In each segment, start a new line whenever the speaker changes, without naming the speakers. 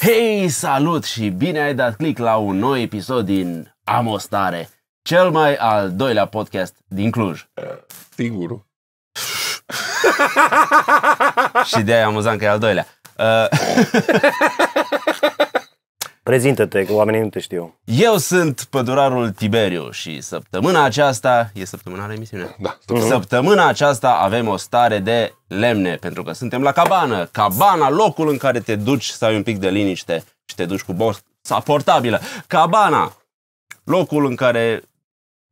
Hei, salut și bine ai dat click la un nou episod din Amostare, cel mai al doilea podcast din Cluj.
Singurul.
și de-aia e amuzant că e al doilea. Uh,
Prezintă-te, că oamenii nu te știu.
Eu sunt pădurarul Tiberiu și săptămâna aceasta, e săptămâna la emisiune?
Da.
Mhm.
Săptămâna aceasta avem o stare de lemne, pentru că suntem la cabană. Cabana, locul în care te duci să ai un pic de liniște și te duci cu boxa portabilă. Cabana, locul în care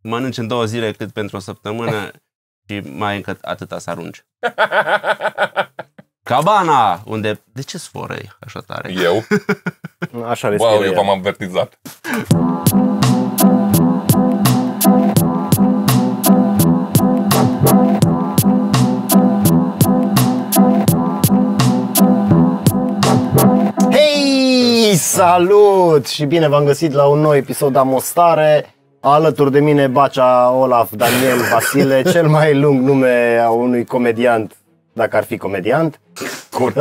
mănânci în două zile cât pentru o săptămână și mai încă atâta să arunci. Cabana, unde... De ce sforăi așa tare?
Eu?
Așa respiră
Wow, eu
el.
v-am avertizat.
Hei, salut și bine v-am găsit la un nou episod Amostare. Alături de mine Bacea Olaf Daniel Vasile, cel mai lung nume a unui comediant, dacă ar fi comediant. Eh,
Cur.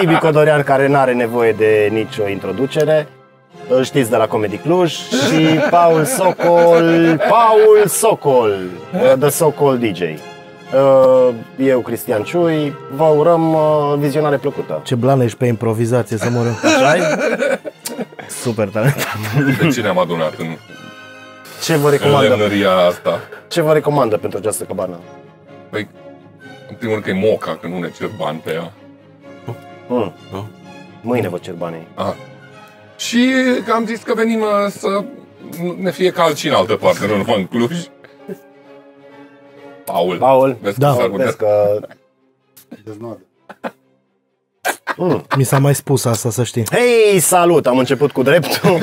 Tibi Codorian, care n-are nevoie de nicio introducere. Îl știți de la Comedy Cluj și Paul Socol, Paul Socol, uh, The Socol DJ. Uh, Eu, Cristian Ciui, vă urăm uh, vizionare plăcută.
Ce blană ești pe improvizație să mor eu. Super talentat.
Pe cine am adunat în,
Ce vă
în
recomandă?
lemnăria asta?
Ce vă recomandă pentru această cabană?
Păi, în primul rând că e moca, că nu ne cer bani pe ea.
Mm.
Da.
Nu?
Mâine vă cer banii.
Ah. Și că am zis că venim uh, să ne fie cald și în altă parte, nu numai în Cluj. Paul.
Paul,
Vezi
Da.
că s-ar putea
vezi că...
Mi s-a mai spus asta, să știi.
Hei, salut! Am început cu dreptul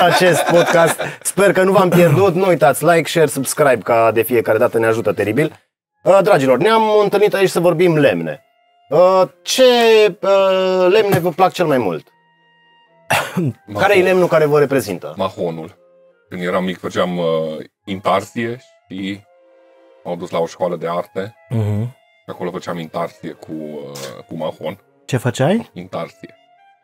acest podcast. Sper că nu v-am pierdut. Nu uitați, like, share, subscribe, ca de fiecare dată ne ajută teribil. Uh, Dragilor, ne-am întâlnit aici să vorbim lemne. Uh, Ce uh, lemne vă plac cel mai mult?
mahon-
Care e lemnul care vă reprezintă?
Mahonul. Când eram mic făceam uh, intarsie și m-au dus la o școală de arte.
Mhm.
Acolo făceam intarsie cu, uh, cu mahon.
Ce făceai? adică
Intarsie.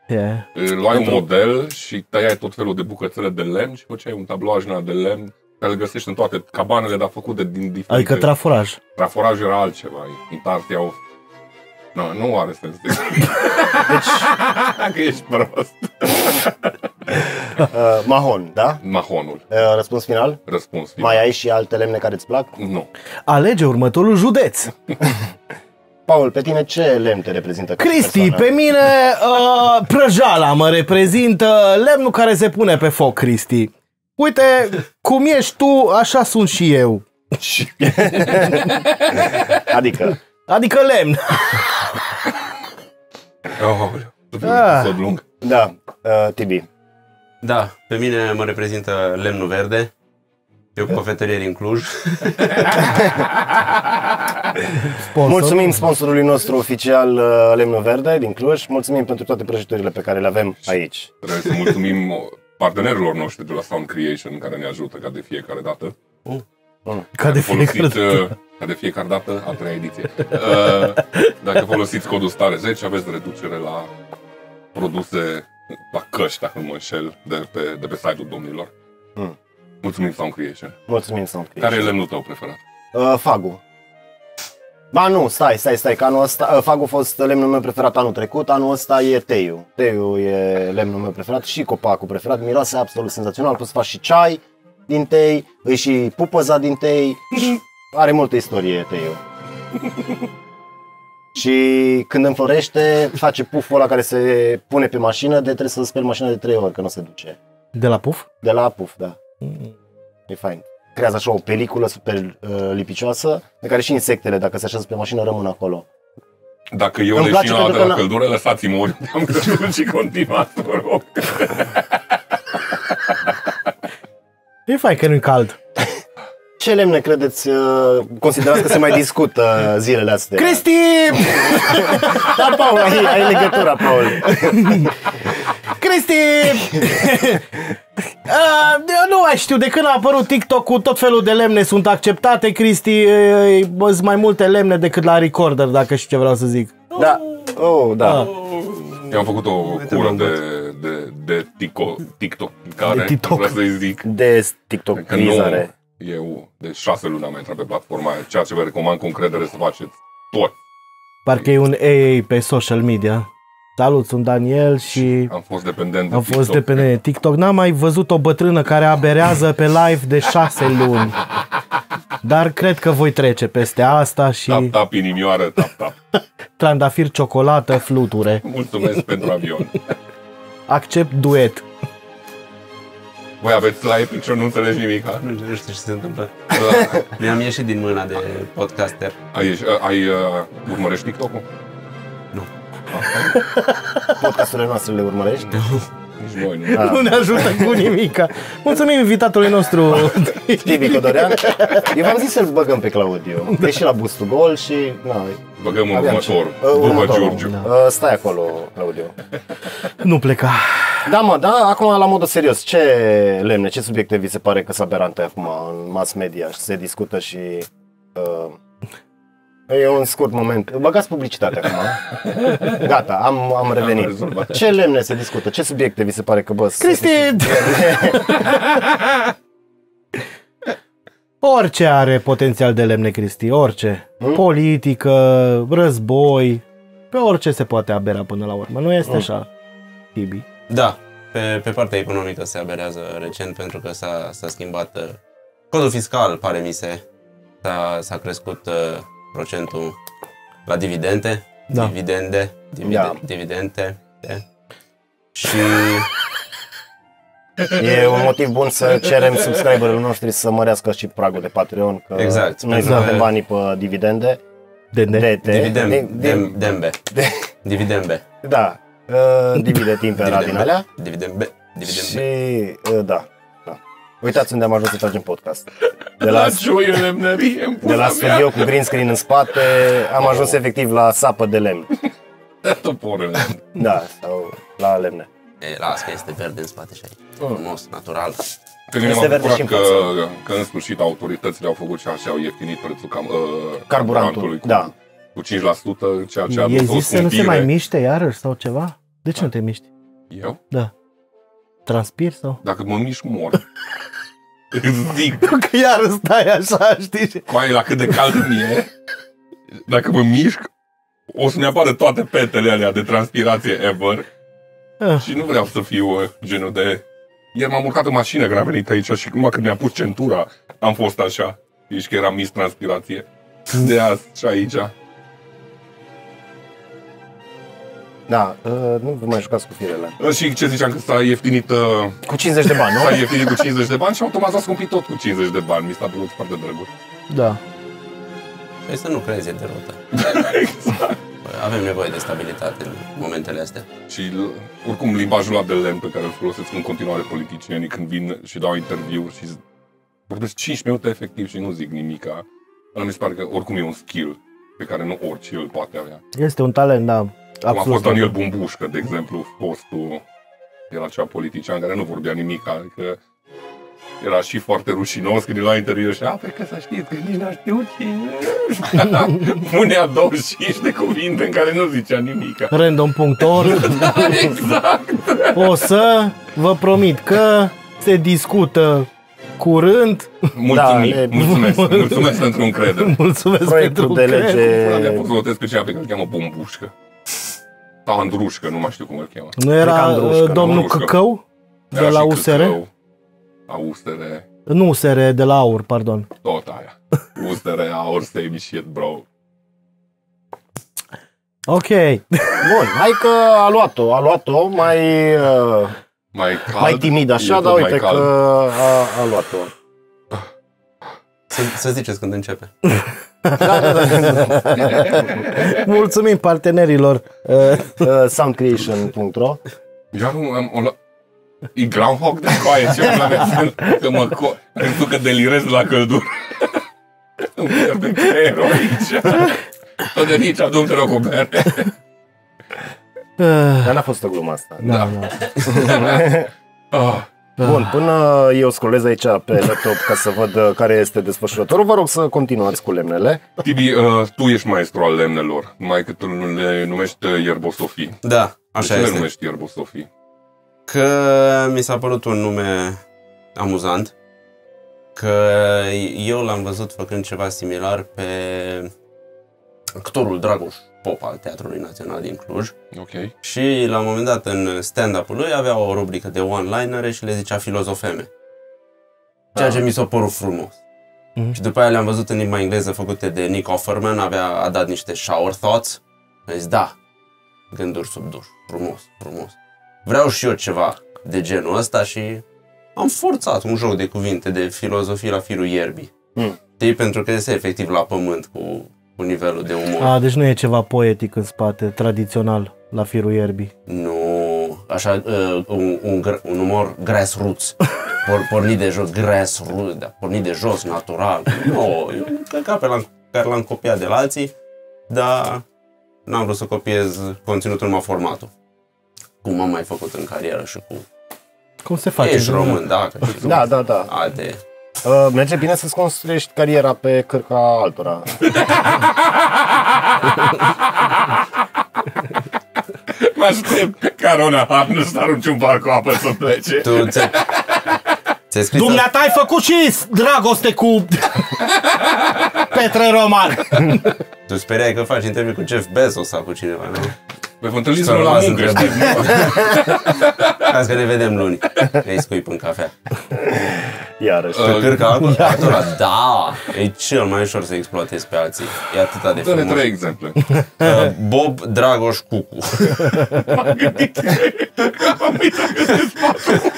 Yeah.
Luai un model și tăiai tot felul de bucățele de lemn și făceai un tablouaj din ăla de lemn care îl găsești în toate cabanele, dar făcute din diferite...
Adică traforaj.
Traforajul era altceva, intarsia o... No, nu are sens. Deci... că ești prost.
Uh, Mahon, da?
Mahonul.
Uh, Răspuns final?
Răspuns.
Mai ai și alte lemne care îți plac?
Nu.
Alege următorul județ.
Paul, pe tine ce lemn te reprezintă? ca
Cristi,
persoană?
pe mine uh, prăjala mă reprezintă lemnul care se pune pe foc, Cristi. Uite, cum ești tu, așa sunt și eu.
Adică,
Adică lemn.
Aoleu. Să fiu
Ah.
un episod lung.
da, uh, Tibi.
Da, pe mine mă reprezintă lemnul verde. Eu cofetărie din Cluj.
Sponsor.
Mulțumim sponsorului nostru oficial uh, Lemnul Verde din Cluj. Mulțumim pentru toate prăjiturile pe care le avem aici.
Trebuie să mulțumim partenerilor noștri de la Sound Creation care ne ajută ca de fiecare dată.
Ca de fiecare
Folosiți,
dată.
uh, ca de fiecare dată, a treia ediție. Uh, Dacă folosiți codul stare 10, aveți reducere la produse, la căști, dacă nu mă înșel, de pe, de pe site-ul domnilor.
Hmm.
Mm.
Mulțumim Sound Creation.
Mulțumim, Sound
Care
Creation.
e lemnul tău preferat?
Uh, Fagu. Ba nu, stai, stai, stai, că anul ăsta, uh, Fagu a fost lemnul meu preferat anul trecut, anul ăsta e teiu. Teiu e lemnul meu preferat și copacul preferat, miroase absolut senzațional, poți să faci și ceai din tei, îi și pupăza din tei, are multă istorie teiu. și când înflorește, face puful ăla care se pune pe mașină, de trebuie să speli mașina de trei ori, că nu se duce.
De la puf?
De la puf, da. E fain. Creează așa o peliculă super uh, lipicioasă, pe care și insectele, dacă se așează pe mașină, rămân acolo.
Dacă eu
Îmi
le
place
știu la
pentru
de la
că n-a-
căldură, lăsați-mă ori am căzut și continuați, vă rog.
E fain că nu-i cald.
Ce lemne credeți, uh, considerați că se mai discută uh, zilele astea?
Cristi!
Da, Paul, ai, ai legătura, Paul.
Cristi! Uh, eu nu mai știu, de când a apărut TikTok cu tot felul de lemne sunt acceptate, Cristi, uh, bă, sunt mai multe lemne decât la recorder, dacă știi ce vreau să zic.
Da. Oh, da.
Eu am făcut o
Uite,
cură
mă
de, de, de tico, TikTok, care
De TikTok.
vreau să-i zic
De
că nu
TikTok-izare.
eu de șase luni am intrat pe platforma aia, ceea ce vă recomand cu încredere să faceți tot.
Parcă e un AA pe social media. Salut, sunt Daniel și
Am fost dependent de
am fost
TikTok.
de pe TikTok. N-am mai văzut o bătrână care aberează pe live de șase luni. Dar cred că voi trece peste asta
Tap,
și
tap, inimioară, tap, tap.
trandafir, ciocolată, fluture.
Mulțumesc pentru avion.
Accept duet.
Voi aveți la Epic și eu nu înțelegi nimic. ha?
Nu știu, nu știu ce se întâmplă. Mi-am ieșit din mâna de podcaster.
Ai, ieși- ai uh, urmărești TikTok-ul?
Podcasturile noastre le urmărești?
Da. Nici noi
Da.
nu.
Nu ne ajută cu nimica. Mulțumim invitatului nostru.
Tibi Codorean. Eu v-am zis să-l băgăm pe Claudiu. Da. E și la bustul gol și... Na,
Băgăm în
aveam
următorul.
ce- Uh,
După
următorul.
Giurgiu.
Uh, stai acolo, Claudiu.
Nu pleca.
Da, mă, da, acum la modul serios, ce lemne, ce subiecte vi se pare că sunt aberante acum în mass media și se discută și... Uh, e un scurt moment. Băgați publicitatea acum. Gata, am, am revenit.
rezolvat.
ce lemne se discută? Ce subiecte vi se pare că, bă, se-
Cristi! Orice are potențial de lemne, Cristi, orice. Hmm? Politică, război, pe orice se poate abera până la urmă. Nu este hmm. așa, Tibi.
Da, pe, pe partea economică se aberează recent pentru că s-a, s-a schimbat uh, codul fiscal, pare mi se. S-a, s-a crescut uh, procentul la dividende.
Da.
Dividende. Divide,
Da.
Dividende. de. Și
E un motiv bun să cerem subscriberilor noștri să mărească și pragul de Patreon, că
Exact.
noi
Exact.
suntem banii pe dividende.
De ne.
De, de,
dividem,
de,
dem, dembe.
de,
Dividembe.
da, uh, divide timp pe din alea.
Dividembe. Dividembe.
Și, uh, da, da. Uitați unde am ajuns să tragem podcast. De la,
La Giurgiu lemnărie, în
de la
pula mea.
studio cu green screen în spate, am ajuns efectiv la sapă de lemn.
Toporele.
Da, sau la lemne.
E, las că este verde în spate și aici.
Oh.
Frumos, natural.
Pe mine
Este
m-a
verde
bucurat
și în
că, că în sfârșit autoritățile au făcut și așa, au ieftinit prețul cam, uh,
Carburantul,
cu,
da.
cu 5%, ceea ce a
Ei
dus o
zis să nu se
scumpire.
mai miște iarăși sau ceva? De ce nu te miști?
Eu?
Da. Transpir sau?
Dacă mă mișc, mor. Îți zic,
Că iar stai așa, știi?
coai la cât de cald îmi e, dacă mă mișc, o să-mi apară toate petele alea de transpirație ever
Ah.
și nu vreau să fiu uh, genul de... Ieri m-am urcat în mașină când am venit aici și numai când mi-a pus centura am fost așa. Ești că eram mis transpirație. De azi și aici. Uh,
Da, uh, nu vă mai jucați cu firele.
Și ce ziceam, că s-a ieftinit, uh,
Cu 50 de bani, nu?
s-a ieftinit cu 50 de bani și automat s-a scumpit tot cu 50 de bani. Mi s-a părut foarte drăguț.
Da.
Păi să nu crezi e derută.
exact.
Păi Avem nevoie de stabilitate în momentele astea.
Și l- oricum limbajul ăla de lemn pe care îl folosesc în continuare politicienii când vin și dau interviuri și z- vorbesc 5 minute efectiv și nu zic nimica. Ăla mi se pare că oricum e un skill pe care nu orice îl poate avea.
Este un talent, da.
Cum a fost
Absolut.
Daniel Bumbușcă, de exemplu, fostul era acea politician care nu vorbea nimic, adică era și foarte rușinos când era interviu și a, pe că să știți că nici n-a știut cine. Punea 25 de cuvinte în care nu zicea nimic.
Random.org
Da,
exact!
O să vă promit că se discută curând.
Mulțumim,
Da, le-
mulțumesc, mulțumesc pentru încredere.
Mulțumesc
Proiectul
pentru
de
că-
lege...
Pula mea, pot să votez pe cineva pe care îl cheamă Bombușcă. Sau Andrușcă, nu mai știu cum îl cheamă.
Nu
Cred că
era
Andrușcă,
uh, domnul
Andrușcă.
Căcău de
Era
la
și
USR?
Căcău, A USR,
Nu USR, de la AUR, pardon.
tot aia. USR, our same shit, bro.
Ok.
Bun, hai că a luat-o, a luat-o mai, uh,
Mai cald.
mai timid
e
așa,
tot
dar
mai
uite că
cald.
a, a luat-o.
Să, să ziceți când începe.
Mulțumim partenerilor. Uh,
Uh, soundcreation.ro
Eu nu am... O la... E groundhog de coaie, ce pula mea sunt, că mă co... Pentru că delirez la căldură. Îmi pierde creierul aici. Tot de nici adun te rog o bere.
uh,
Dar n-a fost o glumă asta.
da, da.
Ah.
Bun, până eu scrolez aici pe laptop ca să văd uh, care este desfășurătorul, vă rog să continuați cu lemnele.
Tibi, uh, tu ești maestru al lemnelor, numai cât îl- le numești uh, ierbosofii.
Da, Așa
de ce le
este.
numești ierbul Sofie?
Că mi s-a părut un nume amuzant. Că eu l-am văzut făcând ceva similar pe actorul Dragoș Pop al Teatrului Național din Cluj.
Ok.
Și la un moment dat în stand-up-ul lui avea o rubrică de one-linere și le zicea filozofeme. Ceea ce mi s-a părut frumos.
Mhm.
Și după aia le-am văzut în limba engleză făcute de Nick Offerman, avea, a dat niște shower thoughts. A zis, da, gânduri sub duș, frumos, frumos. Vreau și eu ceva de genul ăsta și am forțat un joc de cuvinte de filozofie la firul ierbii.
Mm.
Știi, pentru că este efectiv la pământ cu, cu nivelul de umor.
A, deci nu e ceva poetic în spate, tradițional, la firul ierbii.
Nu, așa, uh, un, un, gr- un umor grassroots. Por, pornit de jos, grassroots, da, pornit de jos, natural. Nu, eu cred că pe l-am, care l-am copiat de la alții, dar n-am vrut să copiez conținutul, numai formatul. Cum am mai făcut în carieră și cu...
Cum se face?
Ești român, da, că și
Da, da, da.
alte...
Uh, merge bine să-ți construiești cariera pe cârca altora.
Mă aștept Carona Har nu să arunci un bar cu apă să plece.
Tu ți ți-ai scris...
Dumneata ai făcut și dragoste cu Petre Roman.
Tu speriai că faci interviu cu Jeff Bezos sau cu cineva, nu?
Păi vă întâlniți la
Să-l las
muncă, știi?
întrebări. Hai că ne vedem luni. Ei scuip în cafea.
Iarăși.
Pe cârca altora, altora, da, e cel mai ușor să exploatezi pe alții. E atâta de
Dă-ne
frumos.
trei exemple.
Uh, Bob Dragoș Cucu.
M-am gândit că am uitat că se spate.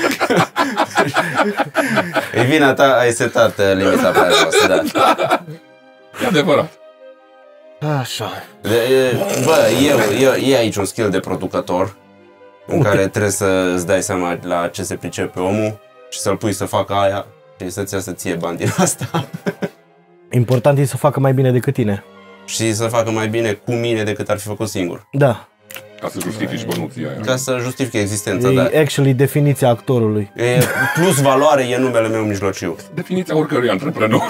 E vina ta, ai setat uh, limita pe aia voastră, da.
E adevărat.
Așa.
De, e, bă, eu, eu, e aici un skill de producător în care trebuie să îți dai seama la ce se pricepe omul și să-l pui să facă aia și să-ți ia să ție bani din asta
Important e să facă mai bine decât tine.
și să facă mai bine cu mine decât ar fi făcut singur.
Da.
Ca să justifici bănuția aia.
Ca să justifice existența, da.
E actually definiția actorului.
E plus valoare e numele meu mijlociu.
Definiția oricărui antreprenor.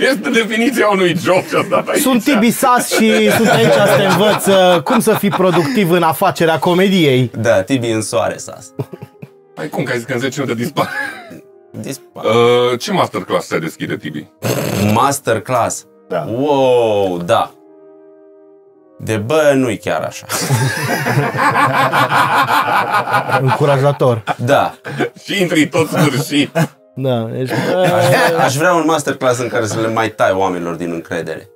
este definiția unui job ce-a stat aici.
Sunt Tibi Sas și sunt aici să te învăț uh, cum să fii productiv în afacerea comediei.
Da, Tibi în soare sas.
Păi cum, că ai zis că în 10 minute dispar.
Dispar.
Uh, ce masterclass se deschide, Tibi?
Masterclass.
Da.
Wow, da. De bă, nu-i chiar așa.
Încurajator.
Da.
Și intri tot sfârșit.
Da, deci, uh,
Aș vrea un masterclass în care să le mai tai oamenilor din încredere.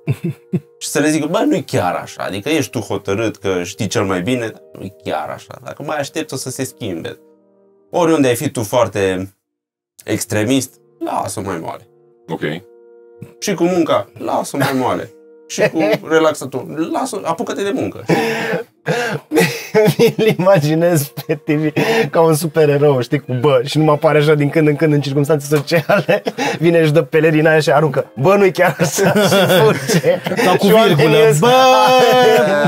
Și să le zic, bă, nu-i chiar așa. Adică ești tu hotărât că știi cel mai bine, dar nu-i chiar așa. Dacă mai aștepți, o să se schimbe. Oriunde ai fi tu foarte extremist, lasă mai moale.
Ok.
Și cu munca, lasă mai moale. Și cu relaxatul, lasă, apucă-te de muncă.
Mi-l imaginez pe TV ca un supererou, știi, cu bă, și nu mă apare așa din când în când în circunstanțe sociale, vine și dă pelerina aia și aruncă, bă, nu-i chiar așa, și furce.
sau cu
Și oamenii
virgulă.
ies-
Bă,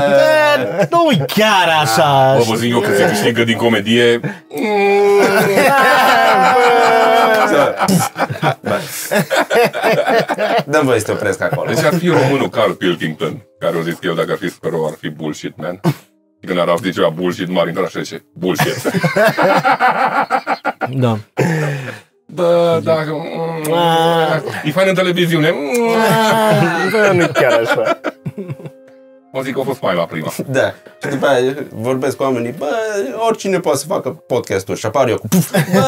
bă, nu chiar așa.
Bă, vă zic eu că se câștigă din comedie. Deci
Dăm voie să te opresc acolo.
Deci ar fi românul Carl Pilkington, care o zis că el dacă ar fi spero ar fi bullshit, man. Și Când ar auzi ceva bullshit, m-ar intra așa zice, bullshit.
Da.
Bă, dacă... E fain în televiziune. Mm.
Bă, nu-i chiar așa.
O zic că a fost fain la prima.
Da. Și după aia vorbesc cu oamenii, bă, oricine poate să facă podcastul și apar eu cu puf, bă.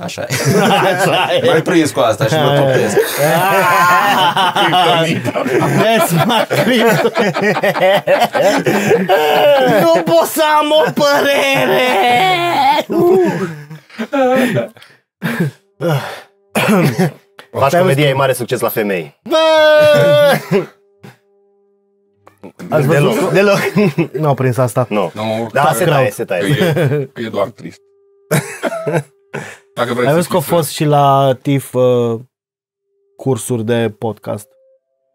Așa e.
Așa e.
Mai prins cu asta și mă topesc.
Kryptonita.
That's my crypto. Nu pot să am o părere.
Faci comedia e mare succes la femei.
Ați
Deloc,
văzut?
deloc.
Nu au prins asta.
Nu.
Nu,
Da,
care-
se taie,
că
se taie.
e, că e doar trist. Dacă vrei
Ai
să
văzut că au
știi să-
fost și la TIF uh, cursuri de podcast.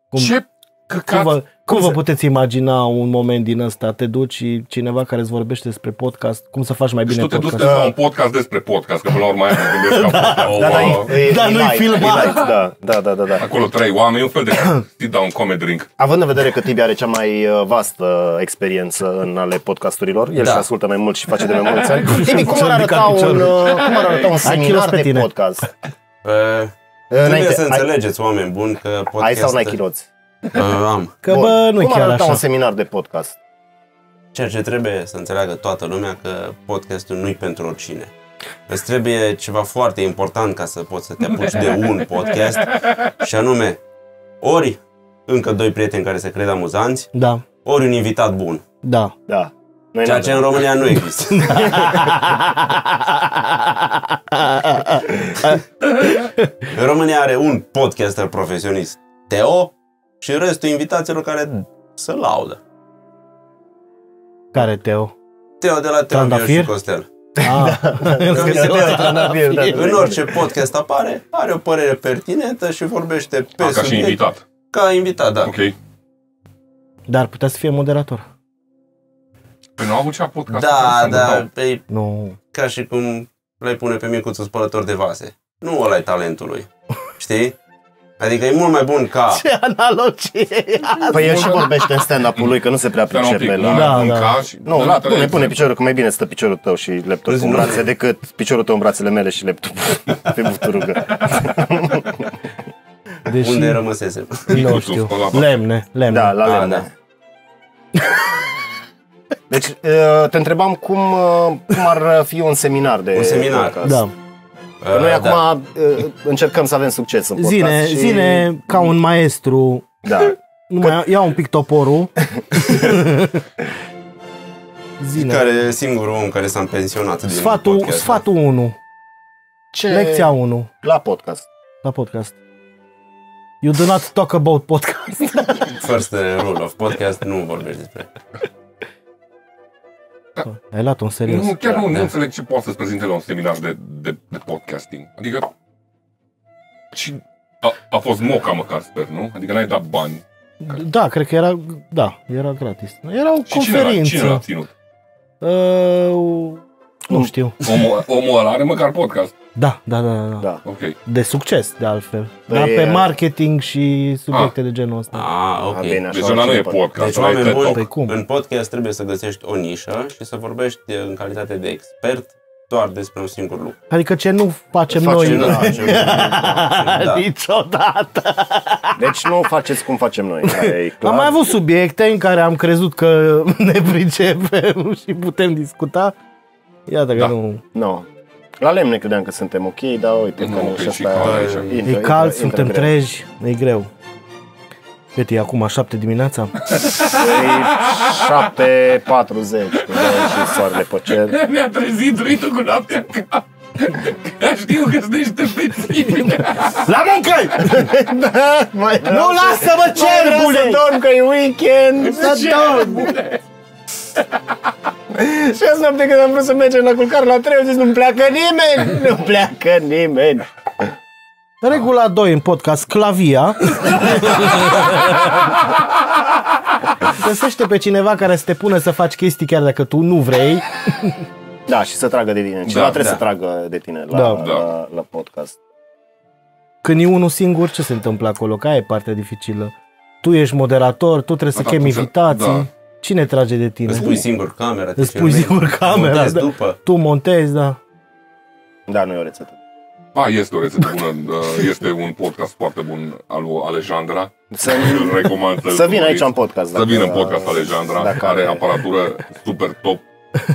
Cum,
Ce
cum
căcat
vă, Cum
Cum
vă
să-
puteți imagina un moment din ăsta? Te duci și cineva care îți vorbește despre podcast, cum să faci mai
Și
bine
tu te duci
podcast?
la un podcast despre podcast, că până la urmă aia mă gândesc ca podcast.
Da, da,
O,
e- e
Dar nu-i
light,
filmat.
e light, Da, da, da, da, da.
Acolo trei oameni, e un fel de sit-down comedy drink.
Având în vedere că Tibi are cea mai uh, vastă experiență în ale podcasturilor, el
Da.
da. se ascultă mai mult și face de mai mulți ani. Tibi, cum ar arăta
Ridicat
un,
piciorul.
uh, cum ar arăta un
Hai, kilos
seminar
pe
de
tine.
podcast?
Uh, trebuie să înțelegeți, oameni buni, că podcast...
ai, ai sau n-ai chiloți?
Uh, am.
Că bă, nu e
cum ar
chiar
arăta
așa.
un seminar de podcast?
Ceea ce trebuie să înțeleagă toată lumea că podcastul nu-i pentru oricine. Îți trebuie ceva foarte important ca să poți să te apuci de un podcast și anume ori încă doi prieteni care se cred amuzanți,
Da,
ori un invitat bun.
da.
Da. Noi
Ceea
n-avem.
ce în România nu există. în România are un podcaster profesionist, Teo, și restul invitațiilor care se laudă.
Care, Teo?
Teo de la Teo Miu și
Trandafir?
Costel.
Ah.
Da. Că se vede trandafir, da, da,
În
da.
orice podcast apare, are o părere pertinentă și vorbește pe
Da, ca și
subiect.
invitat.
Ca invitat, da.
Ok. Păi
Dar putea să fie moderator.
Păi nu au avut cea podcast.
Da,
să mă
da,
dau.
pe,
Nu.
ca și cum l-ai pune pe micuțul spălător de vase. Nu ăla e talentul lui. Știi? Adică e mult mai bun ca...
Ce analogie
Păi el și vorbește în stand-up-ul lui, că nu se prea
Stai un pic,
pricepe
nu
la...
Da,
da,
da.
da. și...
Nu,
la
pune, pune
televizor.
piciorul, că mai bine stă piciorul tău și laptopul
Vezi,
în
nu.
brațe decât piciorul tău în brațele mele și laptopul pe buturugă.
Deși,
Unde rămăsese?
nu
Micuțul
știu,
spălat.
lemne, lemne.
Da, la
Da,
lemne.
da.
Deci, uh, te întrebam cum, uh, cum ar fi un seminar de
Un seminar.
podcast.
da.
Că noi
Uh,
acum uh, încercăm să avem succes în podcast
Zine,
și...
zine, ca un maestru,
Da.
nu mai ia un pic toporul. zine.
Care e singurul om care s-a pensionat din
Sfatul,
podcast. da.
sfatul 1,
Ce...
lecția 1
La podcast.
la podcast. You do not talk about podcast.
First rule of podcast, nu vorbești despre.
Ai luat-o în serios.
Nu, chiar nu,
Da.
nu înțeleg ce poate să-ți prezinte la un seminar de, de, de podcasting. Adică... Și a, a fost moca măcar, sper, nu? Adică n-ai dat bani.
Da, cred că era, da, era gratis. Era o
Și cine l-a,
conferință.
cine l-a ținut?
Uh, nu știu.
Omul, omul ăla are măcar podcast.
Da, da, da, da, da.
Da.
Ok.
De succes, de altfel.
Da,
Dar
e-
pe marketing și subiecte de genul ăsta.
Ah,
A,
ok.
bine,
Deci
așa
ăla nu e
început.
podcast,
Deci,
ăla e
oameni
TED
buni,
Talk.
Păi cum?
În podcast trebuie să găsești o nișă și să vorbești în calitate de expert doar despre un singur lucru.
Adică ce nu facem
Facem
noi
Ce
Păi,
nu
da.
facem. Da.
niciodată.
Deci nu faceți cum facem noi. aia e clar.
Am mai avut subiecte în care am crezut că ne pricepem și putem discuta. Iată că
Da.
nu.
Nu. La lemne credeam că suntem ok, dar uite
Nu,
că nu
că
și
e și
asta...
cald
aici.
intră-
E
intră-
cald,
intră
suntem
greu.
treji, e greu. Cât e acum, șapte dimineața?
E 7.40 cu zeu și soarele pe cer.
Mi-a trezit uitul cu noaptea în cap. Că Știu că stai pe tine.
La muncă! da, mai nu
lasă-mă, ce bune!
Să dorm că e weekend! Să
Ce
dorm!
bune!
Și azi noapte când am vrut să mergem la culcare la 3, au zis nu pleacă nimeni! Nu pleacă nimeni!
Regula 2 în podcast, clavia. Găsește pe cineva care să te pună să faci chestii chiar dacă tu nu vrei.
Da, și să tragă de tine. Cineva
Da,
trebuie
da.
să tragă de tine la,
Da.
la, la podcast.
Când e unul singur, ce se întâmplă acolo? Că aia e partea dificilă. Tu ești moderator, tu trebuie să
Da,
chemi
tu să-
invitații.
da.
Cine trage de tine?
Îți pui singur camera. te
Îți pui
filmezi,
singur camera,
montezi
da.
după.
Tu montezi, da.
Da, nu e o rețetă.
Ba, este o rețetă bună, uh, este un podcast foarte bun al lui Alejandra.
Să,
Îl recomand să-l
să vină aici
urmăriți.
în podcast.
Să vină în podcast Alejandra,
dacă
are aparatură super top.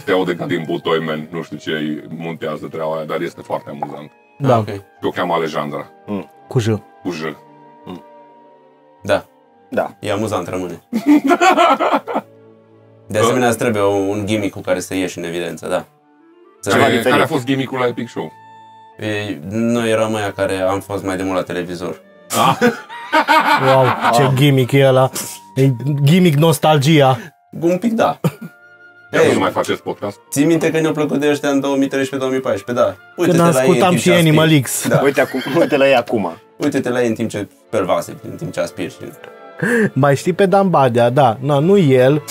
Se aude ca din butoi, man. Nu știu ce îi muntează treaba aia, dar este foarte amuzant.
Da.
Ah, Ok.
Și o cheamă Alejandra,
Cu J.
cu J.
Da.
Da.
E amuzant, rămâne. De asemenea, îți trebuie un gimmick cu care să ieși în evidență, da. Să
Ceva
Care,
diferit.
care a fost gimmick-ul la Epic Show?
Ei, Noi eram aia care am fost mai de mult la televizor.
Wow, ce gimmick e ăla. E gimmick nostalgia.
Un pic da.
Iar
Ei.
nu mai faceți podcast?
Ții minte că ne-a plăcut de ăștia în 2013-2014, da. Uite-te la
Când
ei în
ascultam
timp
și
ce
Animal
aspiri.
X.
Da.
Uite, acum, uite la ei acum.
Uite-te la ei în timp ce speli vase, în timp ce aspiri. Și...
Mai știi pe Dan Badea, da. Na, nu el.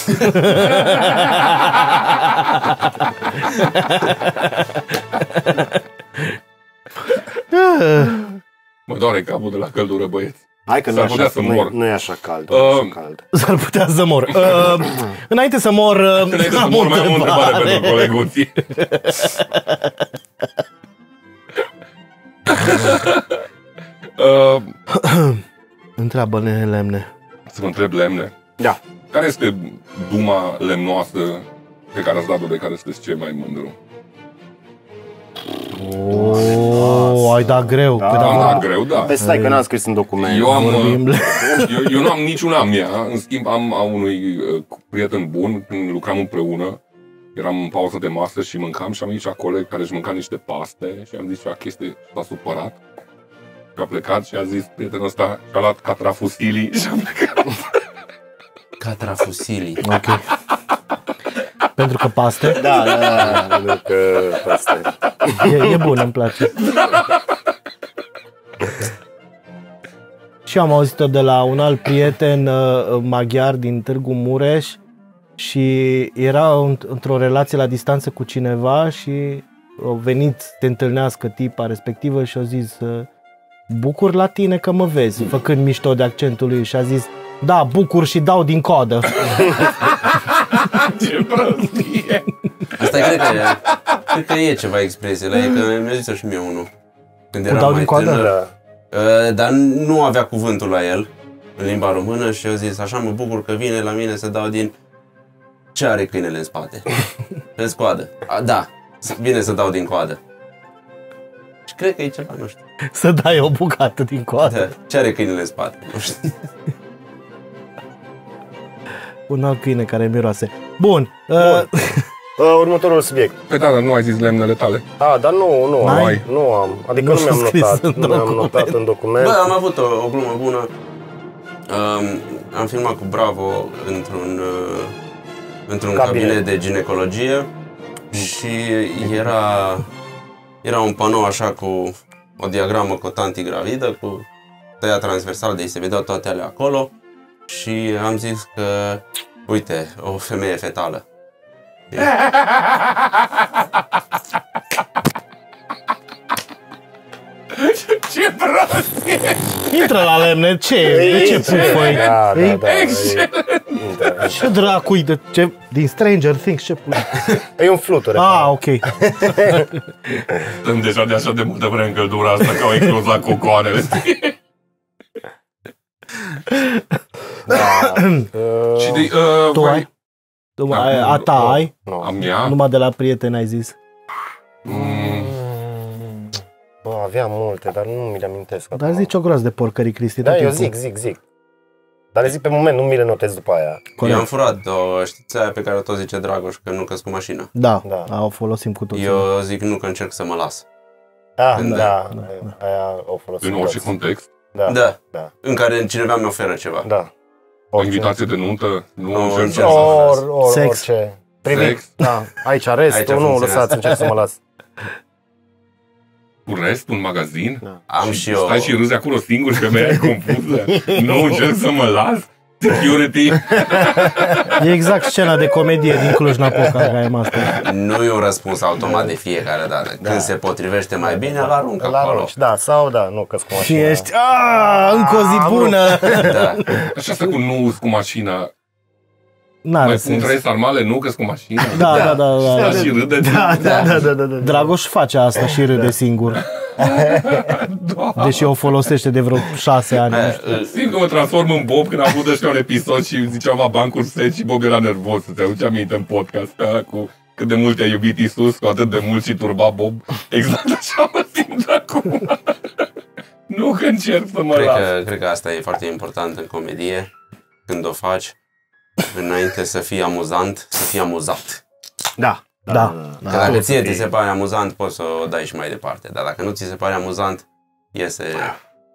Mă doare capul de la căldură, băieți.
Hai că nu e
S-ar putea
așa,
să
nu, e-
mor.
nu e așa cald. Nu e
Um,
așa cald.
S-ar putea să mor. Uh, înainte să mor, uh,
Înainte să
am
mor, mai am o întrebare pentru coleguții. Uh,
Întreabă-ne, lemne.
Să vă întreb lemne.
Da.
Care este duma lemnoasă pe care ați dat-o, de care sunteți cel mai mândru?
Oh, ai dat greu.
Da.
Că
Da,
da,
da,
vorbim,
greu, da.
Pe stai că n-am scris în document.
Eu am, uh,
vorbim,
eu, eu nu am niciuna mea, în schimb am a unui uh, prieten bun, când lucram împreună, eram în pauză de masă și mâncam și am zis coleg care își mânca niște paste și am zis ceva chestie și s-a supărat. Și a plecat și a zis prietenul ăsta și-a luat catrafusili și a plecat.
Catrafusilii.
Ok. Pentru că paste.
Da, da, da, da, da, că asta e.
E, e bun, îmi place. Și eu am auzit-o de la un alt prieten uh, maghiar din Târgu Mureș și era înt- într-o relație la distanță cu cineva și a venit să te întâlnească tipa respectivă și a zis uh, bucur la tine că mă vezi, făcând mișto de accentul lui și a zis da, bucur și dau din coadă.
Ce prostie!
Asta cred că, e- cred că e ceva expresie la ei, că mi-a zis și mie unul. Când eram
dau
mai
din coadă?
tânăr,
Da.
Uh, dar nu avea cuvântul la el în limba română și eu zis așa mă bucur că vine la mine să dau din ce are câinele în spate. În coadă. A, da, s- vine să dau din coadă. Și cred că e ceva, nu știu.
Să dai o bucată din coadă.
Da, Ce are câinele în spate? Nu știu.
Un alt câine care miroase. Bun. Uh,
Uh, următorul subiect.
Pe da, dar nu ai zis lemnele tale.
A, dar nu, nu
N-ai?
am. Nu am. Adică
Nu
nu, mi-am
s-a scris
notat.
în
Nu mi-am
document.
notat în document.
Bă, am avut o, o glumă bună. Um, am filmat cu Bravo într-un, uh, într-un
Cabinet.
cabinet. de ginecologie și era, era un panou așa cu o diagramă cu o tanti gravidă, cu tăia transversală, deci se vedeau toate alea acolo și am zis că, uite, o femeie fetală.
Ce prostie!
Intră la lemne, ce?
Ei,
De ce
ei,
pufăi?
Da, da,
Ei,
da. e- da.
Ce dracui de ce? Din Stranger Things, ce pui?
E un fluture.
Ah, ok.
Sunt deja de așa de multă vreme în căldura asta că au eclos la cocoanele.
Da.
și de, uh,
Tu ai? Tu,
Da,
ai- a ta
nu,
ai?
A
Nu.
mea?
Numai de la prieteni ai zis.
Mm,
Bă, aveam multe, dar nu mi le amintesc.
Dar
acum.
zici o groază de porcării, Cristi.
Da,
tot
eu
timpul.
zic, zic, zic. Dar le zic pe moment, nu mi le notez după aia.
Eu am
Corect.
furat o știți aia pe care o tot zice Dragoș că nu căs cu mașina.
Da,
Da.
da, o folosim cu toții.
Eu zic nu că încerc să mă las.
Da,
Da,
da, da,
da.
aia o folosesc.
în orice
toți.
context.
Da, da.
Da. În care cineva mi oferă ceva.
da.
O invitație de nuntă, nu
Nu,
încerc
încerc.
să...
Or, or,
Sex.
orice. Privit.
Sex.
Da, aici restul,
Aici
nu,
funcționează.
lăsați, încerc să mă las.
Cu rest, un magazin?
Am și eu.
Stai și râzi acolo singur și femeia e confuză. nu încerc să mă las? Security?
E exact scena de comedie din Cluj-Napoca care am asta.
Nu e un răspuns automat de fiecare dată. Când se potrivește mai bine, îl arunc
La
acolo.
arunci, da, sau da, nu, că cu
Și
mașina.
ești, aaa, Ah, încă o zi bună!
Da.
Așa să cu nu cu mașina.
N-are
Mai pun
sens.
trei sarmale, nu că cu mașina.
Da, da, da, da.
Da, și râde.
Da, da, da, da, da, da.
Dragoș face asta și râde singur,
Doamne.
deși o folosește de vreo șase ani.
Eh,
Da.
nu știu.
Simt că mă transform în Bob când am avut ăștia un episod și ziceam la bancuri seci și Bob era nervos. Îți aduce aminte în podcast pe ăla cu cât de mult te-a iubit Isus, cu atât de mult și turba Bob. Exact așa mă simt acum. nu că încerc să mă
Cred
las.
că, cred că asta e foarte important în comedie. Când o faci, înainte să fii amuzant, să fii amuzat.
Da.
Da.
Că dacă
Poți
ție
să
ți
fii-
se pare amuzant, poți să o dai și mai departe. Dar dacă nu ți se pare amuzant, iese...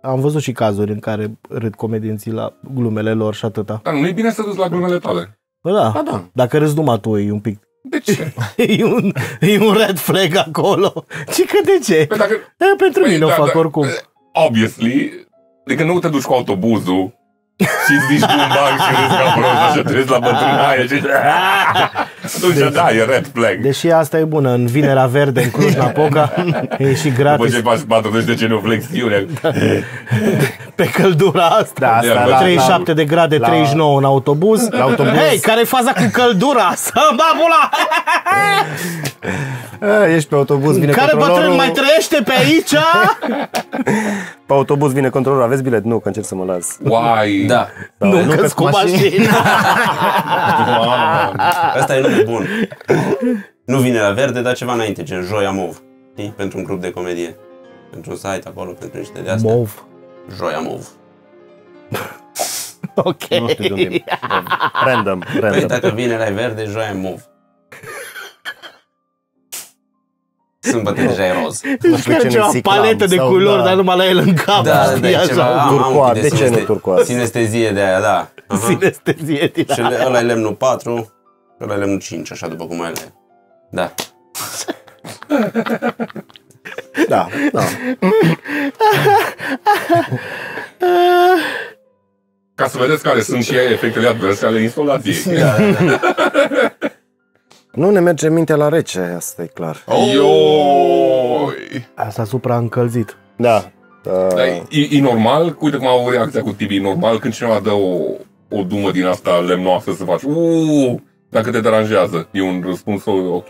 Am văzut și cazuri în care râd comedienții la glumele lor și atâta.
Dar nu e bine să duci la glumele tale.
Bă, da.
Ba da.
Dacă râzi numai tu, e un pic...
De ce?
E un, e un red flag acolo. Și că de ce?
Păi dacă...
E, pentru
Păi,
mine o
da, adică
fac
da.
oricum.
Obviously, de când nu te duci cu autobuzul, și îți zici cu un banc și râzi ca prost, așa te uiți la bătrânaie și zici, "Aaah!" Atunci, da, e red flag.
Deși asta e bună, în Vinerea Verde, în Cluj-Napoca, e și
Da,
După
gratis
ce faci 40 de genuflexiune,
pe căldura asta.
Da, asta
Ia,
la,
37 de grade,
la-
39 în autobuz.
La autobuz.
Hei, care e faza cu căldura asta, babula?
la, ești pe autobuz, vine
Care
controlorul-
bătrân mai trăiește pe aici?
Pe autobuz vine controlul, aveți bilet? Nu, că încerc să mă las.
uai,
Da.
Sau,
Nu, că
pe
cu mașina.
doamne.
Asta e nume bun. Nu vine la verde, dar ceva înainte, gen Joia Mov. Știi? Pentru un grup de comedie. Pentru un site acolo, pentru niște de astea.
Mov.
Joia Mov.
Ok.
Nu știu de unde e. Random,
Păi
random.
dacă vine la verde, Joia Mov. Sâmbătă deja e roz.
Nu știu ce
Care ceva
nisip
paletă
am,
de
sau,
culori,
da.
dar numai la el în
Da,
cap.
da,
știi,
e
așa,
ceva. Am, am un
turcoaz.
pic de
De ce nu
sineste-
turcoaz?
Sinestezie de aia, da. Aha.
Sinestezie din
Și le- ăla e lemnul 4, ăla e lemnul 5, așa după cum ele. Da.
Da, da.
Ca să vedeți care sunt și efectele adverse ale instalației.
Da, da, da.
Nu ne merge mintea la rece, asta e clar.
Ioi!
Asta supraîncălzit.
Da.
Dar e, e normal, uite cum au reacția cu Tibi, e normal când cineva dă o, o dumă din asta lemnoasă să faci Uuu, dacă te deranjează, e un răspuns ok?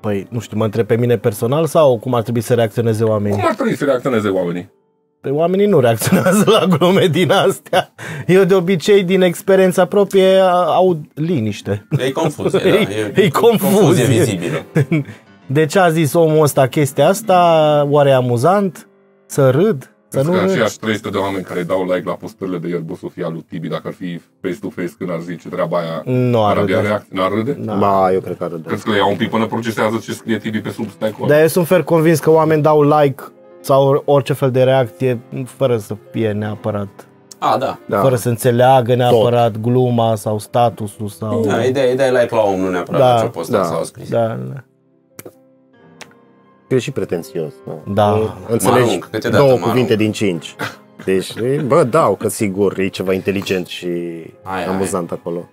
Păi, nu știu, mă întreb pe mine personal sau cum ar trebui să reacționeze
Cum
oamenii?
ar trebui să reacționeze oamenii?
Pe oamenii nu reacționează la glume din astea. Eu de obicei, din experiența proprie, aud liniște.
E confuzie, da. E,
E confuzie.
confuzie vizibilă.
De ce a zis omul ăsta chestia asta? Oare e amuzant? Să râd? Să nu
Că
râd?
aceiași 300 de oameni care dau like la postările de Airbus Sofia lui Tibi, dacă ar fi face-to-face când ar zice treaba aia,
Nu ar
ar avea
râde.
reacție, n-ar râde?
Da.
Ba, eu cred că arăt.
Crezi că le iau un pic până procesează ce scrie Tibi pe sub stack
Dar eu sunt fer convins că oameni dau like sau orice fel de reacție fără să fie neapărat,
A, da.
da. fără să înțeleagă neapărat Tot. gluma sau statusul sau...
Da, ideea, ideea e like la om, nu neapărat
Da,
da, ce-a postat
da.
sau a scris. Da.
Da, da.
E și pretențios. Nu?
da.
Înțelegi
arunc, câteodată mă
două
arunc.
cuvinte din cinci. Deci, e- bă, dau că sigur e ceva inteligent și
hai.
amuzant acolo.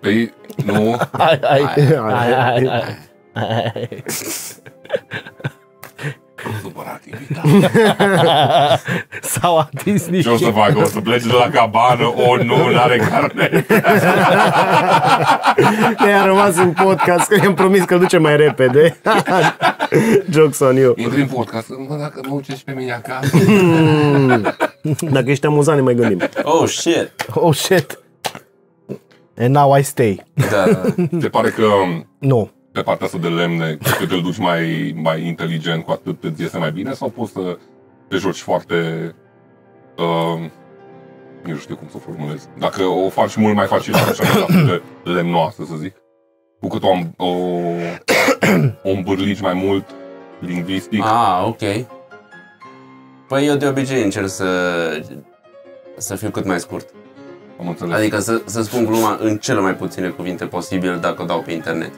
Păi, nu,
Ai, ai,
Hai.
ai, ai, ai, ai.
supărat Tibi.
S-au atins
Ce o să
niște...
facă? O să plece de la cabană? O, nu, n-are carne.
Ne-a rămas în podcast, că i-am promis că îl ducem mai repede. Jokes on you.
Intri în podcast, mă, dacă mă ucizi pe mine acasă.
Dacă ești amuzant, ne mai gândim.
Oh, shit.
Oh, shit. And now I stay.
Da, da.
Te pare că
Nu.
pe partea asta de lemne, cu cât îl duci mai, mai inteligent, cu atât îți iese mai bine? Sau poți să te joci foarte... Uh, nu știu cum să o formulez. Dacă o faci mult mai facil, așa mai rapid de lemnoasă, să zic. Cu cât o, am- o, o îmbârlici mai mult lingvistic,
Ah, ok. Păi eu de obicei încerc să, să fiu cât mai scurt.
am înțeles.
Adică să, să spun gluma în cele mai puține cuvinte posibil dacă o dau pe internet.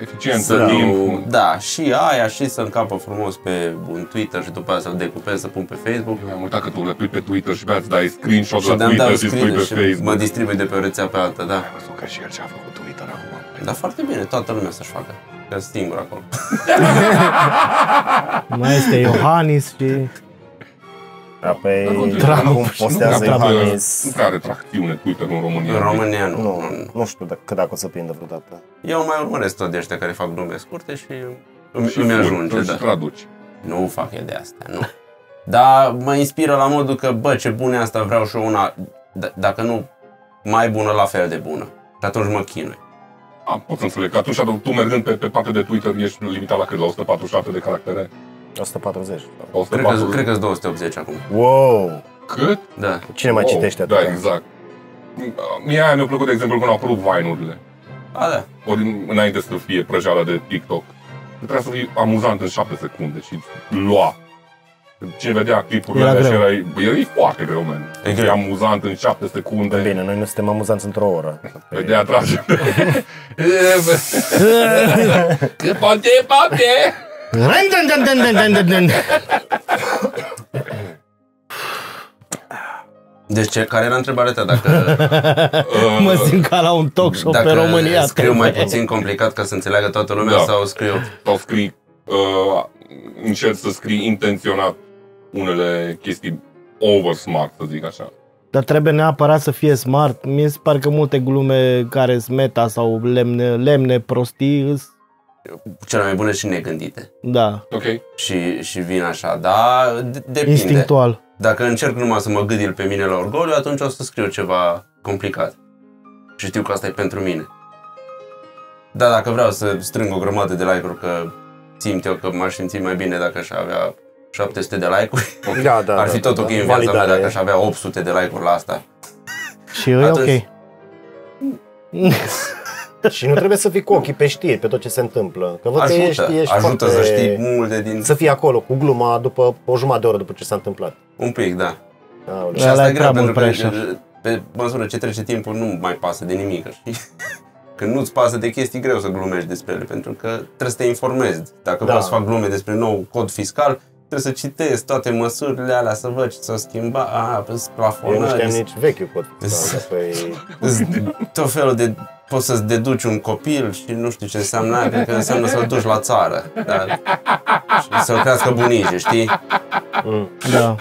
Eficiență,
Să
timp,
nu, da, și aia și să încapă frumos pe un Twitter și după aia să-l decupez, să pun pe Facebook.
Eu am uitat că tu le pui pe Twitter și bea, îți dai screenshot
Și
la
de-am dat
Twitter și spui
screen
pe
și mă
Facebook.
distribui de pe o rețea pe alta, da.
Mă că și el ce a făcut Twitter acum.
Dar foarte bine, toată lumea să-și facă. Că sunt singur acolo.
Mai este Iohannis și...
Da, păi,
Trump.
acum
Nu
postează
prea are-
Iohannis.
Nu prea are tracțiune Twitter în România.
În România nu.
Nu,
nu, nu.
nu știu dacă, dacă o să prindă vreodată.
Eu mai urmăresc tot de ăștia care fac glume scurte și îmi,
Și
îmi
fur,
ajunge,
Și
da.
traduci.
Nu fac eu de asta, nu. Dar mă inspiră la modul că, bă, ce bună e asta, vreau și eu una, d- dacă nu mai bună, la fel de bună. Și atunci mă chinui.
A, pot să înțeleg că atunci tu mergând pe, pe partea de Twitter ești limitat la cât? La 147 de caractere?
140.
La
Cred că
140?
cred că 280 acum.
Wow!
Cât?
Da.
Cine mai
Wow,
citește
Da,
atâta?
exact. Mie aia mi-a plăcut, de exemplu, când au apărut Vine-urile.
A, da.
Ori în- înainte să fie prăjeala de TikTok. Trebuia să fii amuzant în 7 secunde și lua. Cine vedea clipurile
Era
alea și
greu.
era, bă, e foarte greu, man.
E
E,
greu.
e amuzant în 7 secunde.
Bine, noi nu suntem amuzanți într-o oră.
Vedea atrage. Că poate, poate!
Deci, ce- care era întrebarea ta? Dacă,
Mă simt ca la un talk show pe
dacă
România.
scriu mai
TV.
puțin complicat ca să înțeleagă toată lumea
Da.
sau scriu...
sau scrii, uh, încerci să scrii intenționat unele chestii over smart, să zic așa.
Dar trebuie neapărat să fie smart. Mi se pare că multe glume care sunt meta sau lemne, lemne prostii, îs-
Cele mai bune și negândite.
da,
Ok?
Și, și vin așa, da, de- depinde.
instinctual.
Dacă încerc numai să mă gâdil pe mine la orgoliu, atunci o să scriu ceva complicat. Și știu că asta e pentru mine. Dar dacă vreau să strâng o grămadă de like-uri, că simt eu că m-aș simți mai bine dacă aș avea 700 de like-uri,
Da, da,
ar fi
da,
tot
da,
ok
da.
în viața mea
Validarea
dacă
e.
aș avea 800 de like-uri la asta.
Și e
Atunci-
ok.
Și nu trebuie să fii cu ochii pe știri, pe tot ce se întâmplă. Că văd că ești,
Ajută,
ești
ajută
foarte...
să știi multe din...
Să fii acolo cu gluma după o jumătate de oră după ce s-a întâmplat.
Un pic, da.
Aoleu.
Și asta
Ăla
e
e
greu,
prea
pentru
mult
că
pressure.
pe măsură ce trece timpul nu mai pasă de nimic, știi? Când nu-ți pasă de chestii, e greu să glumești despre ele, pentru că trebuie să te informezi. Dacă da. vreau să fac glume despre nou cod fiscal, trebuie să citesc toate măsurile alea, să văd ce s-a schimbat, a, sunt
Eu nu
plafonări,
știam nici vechiul cod. Da, păi,
sunt tot felul de... Poți să-ți deduci un copil și nu știu ce înseamnă aia, cred că înseamnă să-l duci la țară, dar, și să-l crească bunicii, știi?
Da.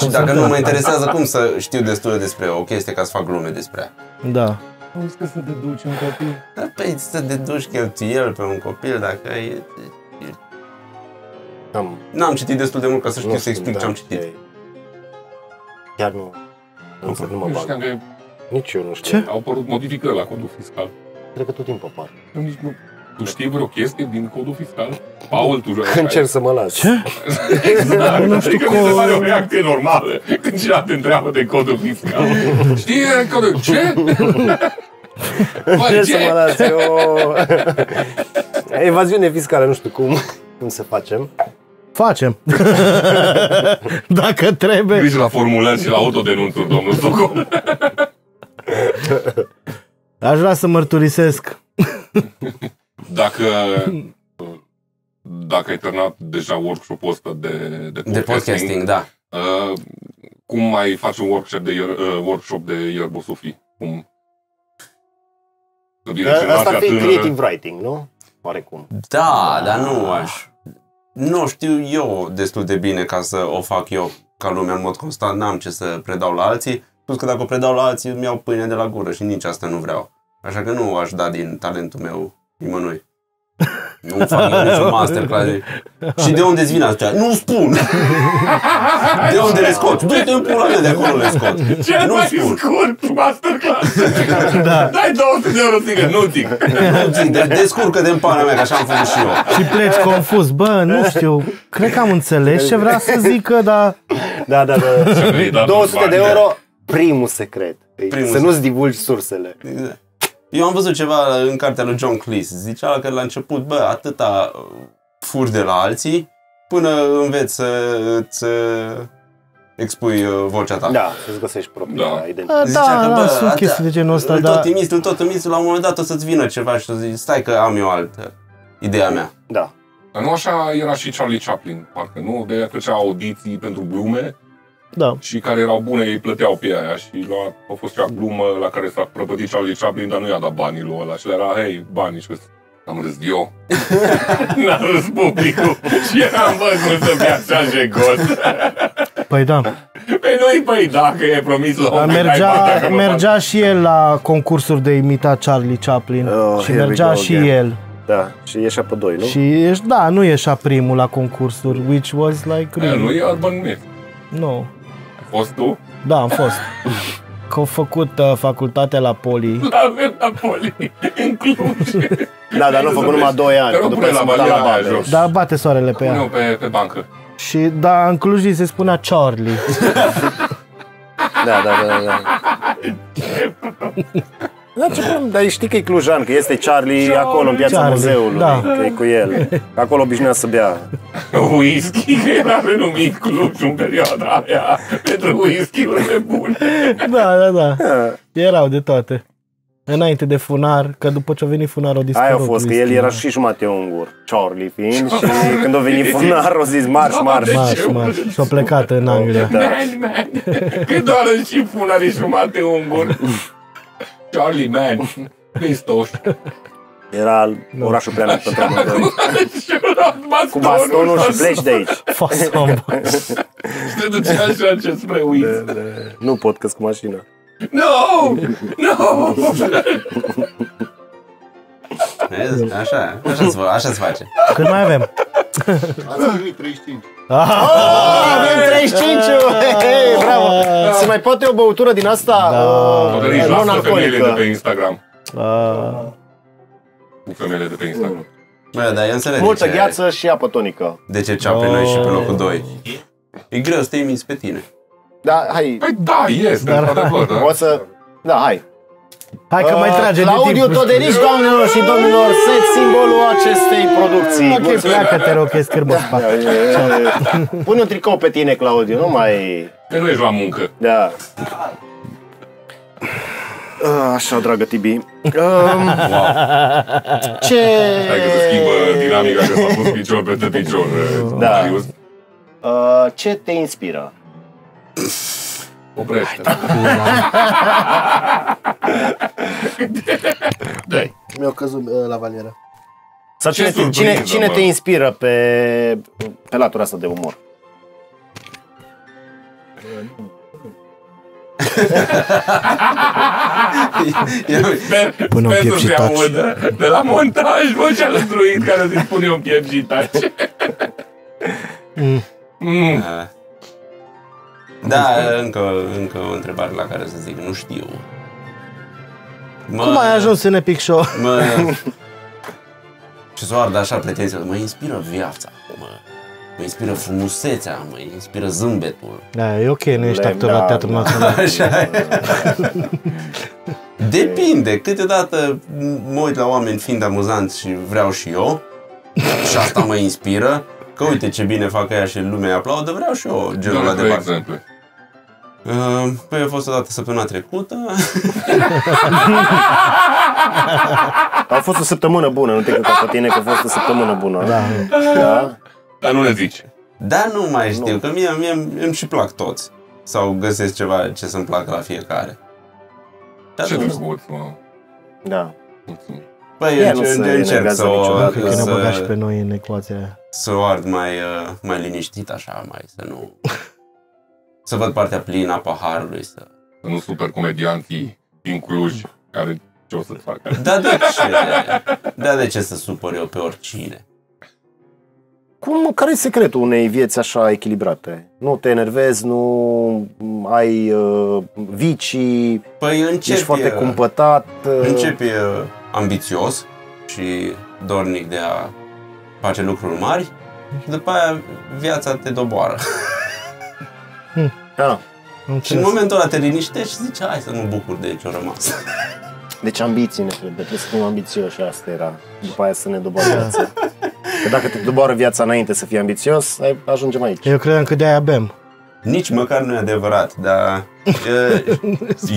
Și dacă nu mă interesează, cum să știu destul despre o chestie ca să fac glume despre ea?
Da.
Nu că să te duci un copil.
Dar păi să deduci cheltuiel pe un copil dacă e...
am,
N-am citit destul de mult ca să știu
nu
să explic
da,
ce am citit.
e- Chiar nu. Nu, înțeleg, nu mă
Nu
bag.
știam că
Nici eu nu știu.
Ce?
au apărut modificări la codul fiscal.
Cred că tot timpul apar.
Eu nici nu... Tu știi vreo chestie din codul fiscal? Paul, tu vrei
Când cer să mă las. Ce?
Exact, nu știu cum... Mi se pare o reacție normală când cineva te întreabă de codul fiscal. Știi codul? Ce? Bă,
Ce să mă
ce?
las eu?
Evaziune fiscală, nu știu cum. Cum să facem?
Facem. Dacă trebuie.
Grijă la formulări și la autodenunțuri, domnul Socol.
Aș vrea să mărturisesc.
Dacă... Dacă ai terminat deja workshop-ul ăsta de, de podcasting,
De podcasting, da.
Uh, cum mai faci un workshop de, ier- uh, workshop de ierbo sufi? Cum? Să vină
Ă,
cineva
Asta
ca
ar fi
tânără?
creative writing, nu? Oarecum.
Da, dar nu aș... Nu știu eu destul de bine ca să o fac eu ca lumea în mod constant, n-am ce să predau la alții, plus că dacă o predau la alții îmi iau pâine de la gură și nici asta nu vreau. Așa că nu aș da din talentul meu nimănui. Nu fac eu niciun masterclass. Și de unde-ți vine asta? Nu spun! De unde le scot? Du-te în pula mea, de acolo le scot.
Cel
Nu
mai
spun.
scurt masterclass! da. Dai 200 de euro, tigă, nu zic!
Nu zic, de- descurcă-te în pana mea, că așa am făcut și eu.
Și pleci confuz. Bă, nu știu. Cred că am înțeles ce vrea să zică, dar
Da, da, da.
Ei, da,
200 de
bani,
euro, primul secret. Ei,
Primul
să
secret.
nu-ți divulgi sursele.
Exact. Eu am văzut ceva în cartea lui John Cleese. Zicea că la început, bă, atâta uh, furi de la alții până înveți să îți uh, expui uh, vocea ta.
Da, să-ți găsești propria
Da.
identitate.
Da, da, sunt chestii de genul ăsta,
îl
da.
tot imist, îl tot imist, la un moment dat o să-ți vină ceva și o să zici, stai că am eu altă ideea mea.
Da.
Dar nu așa era și Charlie Chaplin, parcă nu? De aia făcea audiții pentru glume
da.
și care erau bune, ei plăteau pe aia și la, a fost cea glumă la care s-a prăpădit Charlie Chaplin, dar nu i-a dat banii lui ăla și le era, hei, banii și ăsta. am râs eu. N-a râs publicul și eram băzut să fie așa jegos.
Păi da.
Pe noi, păi, dacă e promis la
Dar
oameni, hai, bă,
mergea,
dacă mă
mergea și el la concursuri de imita Charlie Chaplin
Oh,
și
here we
mergea
go
și
again.
el.
Da, și ieșea pe doi, nu?
Și ești, da, nu ieșea primul la concursuri, which was like
fac-
real.
Nu e Urban Myth.
No.
Ai fost tu?
Da, am fost. Că au făcut uh, facultatea la poli.
La fel la poli, în Cluj.
Da, dar nu a făcut numai 2 ani,
Te
că
rog, pune
după aia s-a
la
mutat la
bariera aia
Babel.
jos.
Da, bate soarele pe
Pune-o
ea.
pe, pe bancă.
Și, da, în Cluj îi se spunea Charlie.
Da, da, da, da. Da, ce problem? Dar știi că e clujan, că este Charlie, Charlie acolo, în piața
Charlie,
muzeului,
da.
că e cu el. Că Acolo obișnuia să bea.
Whisky, că era renumit Clujul în perioada aia pentru whisky-urile bune.
Da, da, da. Erau de toate. Înainte de funar, că după ce a venit funar o dispărut.
Aia a fost, că el
whisky-ul.
era și jumate ungur, Charlie fiind, și când a venit funar, a zis marș, marș.
da. Marș, marș. Și a plecat în Anglia.
Da.
Man, man. Că doar în și puna de jumate ungur. Charlie, man. Cristoș.
Era
Da.
orașul prea mic pentru amândoi.
Și-a luat bastonul.
Cu bastonul și pleci de aici.
Fasamba.
Te duce așa ce spre
Da,
uiți.
Nu pot că cu mașina.
No! No!
Da,
Vezi?
Da.
Așa, așa se, așa se face.
Cât mai avem? Ah!
Ați primit 35.
Avem 35
Ah!
Hei, bravo! Se mai poate o băutură din asta
Da.
Dar nici
uh,
lasă femeile de
non-alcoolică?
pe Instagram.
Ah,
Cu femeile de pe
Mm.
Instagram.
Bă, dar eu înțeleg
Multă
de ce,
gheață și apă tonică.
de ce cea pe noi și pe locul 2. E greu să te imiți pe tine.
Da, hai,
Păi da, este,
Dar-
într-adevăr, da.
o să... Da, hai.
Hai că mai
Uh,
trage de
Claudiu
timp.
Toderici, doamnelor și domnilor, set simbolul acestei producții.
Ok, pleacă, te rog, că e scârbă da.
Mulțumesc. Pune un tricou pe tine, Claudiu, nu mai...
Că nu ești la muncă.
Da. Uh,
Așa, dragă Tibi.
Um, Ce...
Hai că se schimbă dinamica că s-a pus picior peste picior.
Da.
Marius,
Uh, ce te inspiră?
Oprește. Dai.
Mi-au căzut uh, la valiera.
Sau
Ce
cine, te,
surprindă,
cine, cine
bă.
te inspiră pe, pe latura asta de umor?
Sper,
Până
sper
în
să se
pieptitaci.
audă de la montaj, bă, ce-a lăstruit care îți spune un pieptitaci. Mm.
Da, încă, încă o întrebare la care să zic, nu știu. Mă,
Cum ai ajuns în Epic Show?
Mă... Ce soar, dar așa pretenție, mă inspiră viața, mă, mă inspiră frumusețea, mă inspiră zâmbetul.
Da, e ok, nu ești
Le-
actor
da,
la Teatrul
da.
Național.
Așa e. Depinde, câteodată mă uit la oameni fiind amuzanți și vreau și eu și asta mă inspiră, că uite ce bine fac aia și lumea îi aplaudă, vreau și eu genul ăla
Doar
de
de
bani.
exemplu.
Uh, Păi a fost odată săptămâna trecută,
A fost o săptămână bună, nu te cred pe tine că a fost o săptămână bună. Da. da.
Dar nu le zici.
dar nu mai știu, că mie, mie îmi- îmi și plac toți. Sau găsesc ceva ce să-mi placă la fiecare. Și
Ce
atunci,
drăguț, mă.
da.
Mulțumim.
Păi
Ea
eu
nu
încerc,
se
eu încerc
enervează
să, o,
niciodată.
Cred că ne băga și pe
să,
noi în ecuația aia.
să o ard mai, uh, mai liniștit așa, mai să nu... să văd partea plină a paharului, să...
Să nu super comedianții din Cluj, care ce o să facă.
Da, de ce? Da, de ce să supăr eu pe oricine?
Cum, care e secretul unei vieți așa echilibrate? Nu te enervezi, nu ai uh, vicii,
Păi încep,
ești foarte
eu-
cumpătat. Uh,
încep eu ambițios și dornic de a face lucruri mari și după aia viața te doboară.
Ah,
Nu
și în
înțeles.
momentul ăla te liniștești și zici, hai să mă bucur de ce-o rămas.
deci ambiții ne trebuie, trebuie să fim ambițioși, asta era. După aia să ne doboară viața. Că dacă te doboară viața înainte să fii ambițios, ai, ajungem aici.
Eu credeam că de-aia bem.
Nici măcar nu e adevărat, dar eh,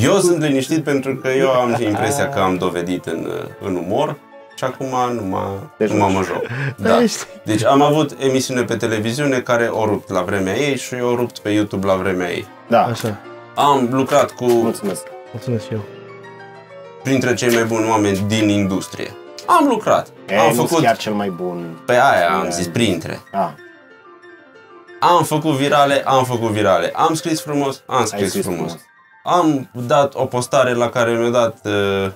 eu sunt liniștit pentru că eu am impresia că am dovedit în, eh, în umor și acum nu mă,
Deci
nu mă, mă joc. Da.
Ești-
Deci am avut emisiune pe televiziune care o rupt la vremea ei și eu o rupt pe YouTube la vremea ei.
Da,
Așa,
Am lucrat cu
mulțumesc.
mulțumesc și eu.
printre cei mai buni oameni din industrie. Am lucrat.
Ei,
am
nu
făcut
chiar cel mai bun.
pe aia, am zis printre.
Ah,
Am făcut virale, am făcut virale. Am scris frumos, am
ai
scris
zis
frumos.
frumos.
Am dat o postare la care mi-a dat uh,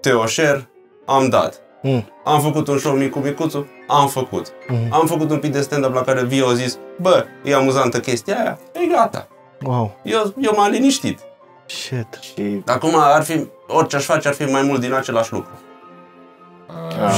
Teo Share, am dat.
Mm.
Am făcut un show micu micuțu, am făcut.
Mhm.
Am făcut un pic de stand-up la care Vio a zis, bă, e amuzantă chestia aia, e gata.
Wow,
Eu, eu m-am liniștit.
shit.
Și
Acum ar fi, orice aș face ar fi mai mult din același lucru.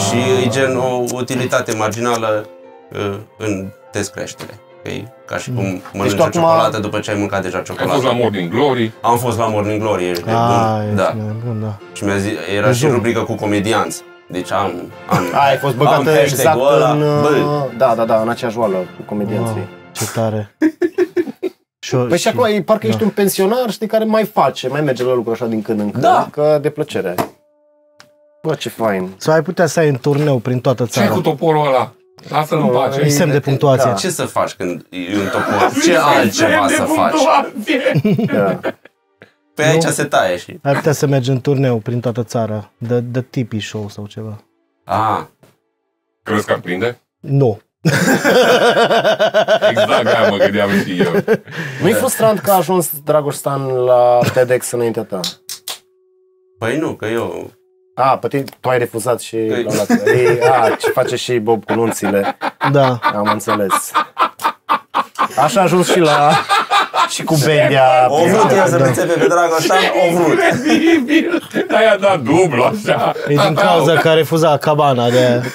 Și e gen o utilitate marginală uh, în test creștere. Că E ca și cum mănânci
tu
o
acum-
ciocolată după ce ai mâncat deja
Ai fost
ciocolată.
la Morning Glory,
Am fost la Morning Glory, ești
Ah,
nebun.
ești
Da.
nebun, da.
Și mi-a zis, era și
Zoom.
rubrica cu comedianți. Deci am... am
Ah.
Ai fost
am
băgată
hashtag-ul
exact
ăla.
în...
Bă,
uh,
da, da, da, în aceeași oală cu comedianții.
Wow, ce tare. Și,
Păi și
Da.
acum e- parcă ești un pensionar, știi, care mai face, mai merge la lucru așa din când în când.
Da.
Că de plăcere.
Bă, ce fain.
Sau ai putea să ai în turneu prin toată
ce
țara.
cu toporul ăla? Lasă-l în pace.
E semn de punctuație.
Ce să faci când e un topor? Ce altceva să faci?
Da.
Pe aici se taie și...
Ai putea să mergi în turneu prin toată țara. De, de tipi show sau ceva.
A,
Crezi că ar prinde?
Nu.
Exact aia mă gândeam și eu.
Da.
Nu-i frustrant că a ajuns Dragoș Stan la TEDx înaintea ta?
păi nu, că eu...
A, pe tine, tu ai refuzat și...
Ei.
l-au luat. Ei, a, ce face și Bob cu nunțile.
Da.
Am înțeles. Așa a ajuns și la... Și cu Bendia.
O vrut el să înțepe pe Dragoșan, o vrut.
Incredibil! Dar i-a dat dublu așa.
E din cauza că a refuzat cabana de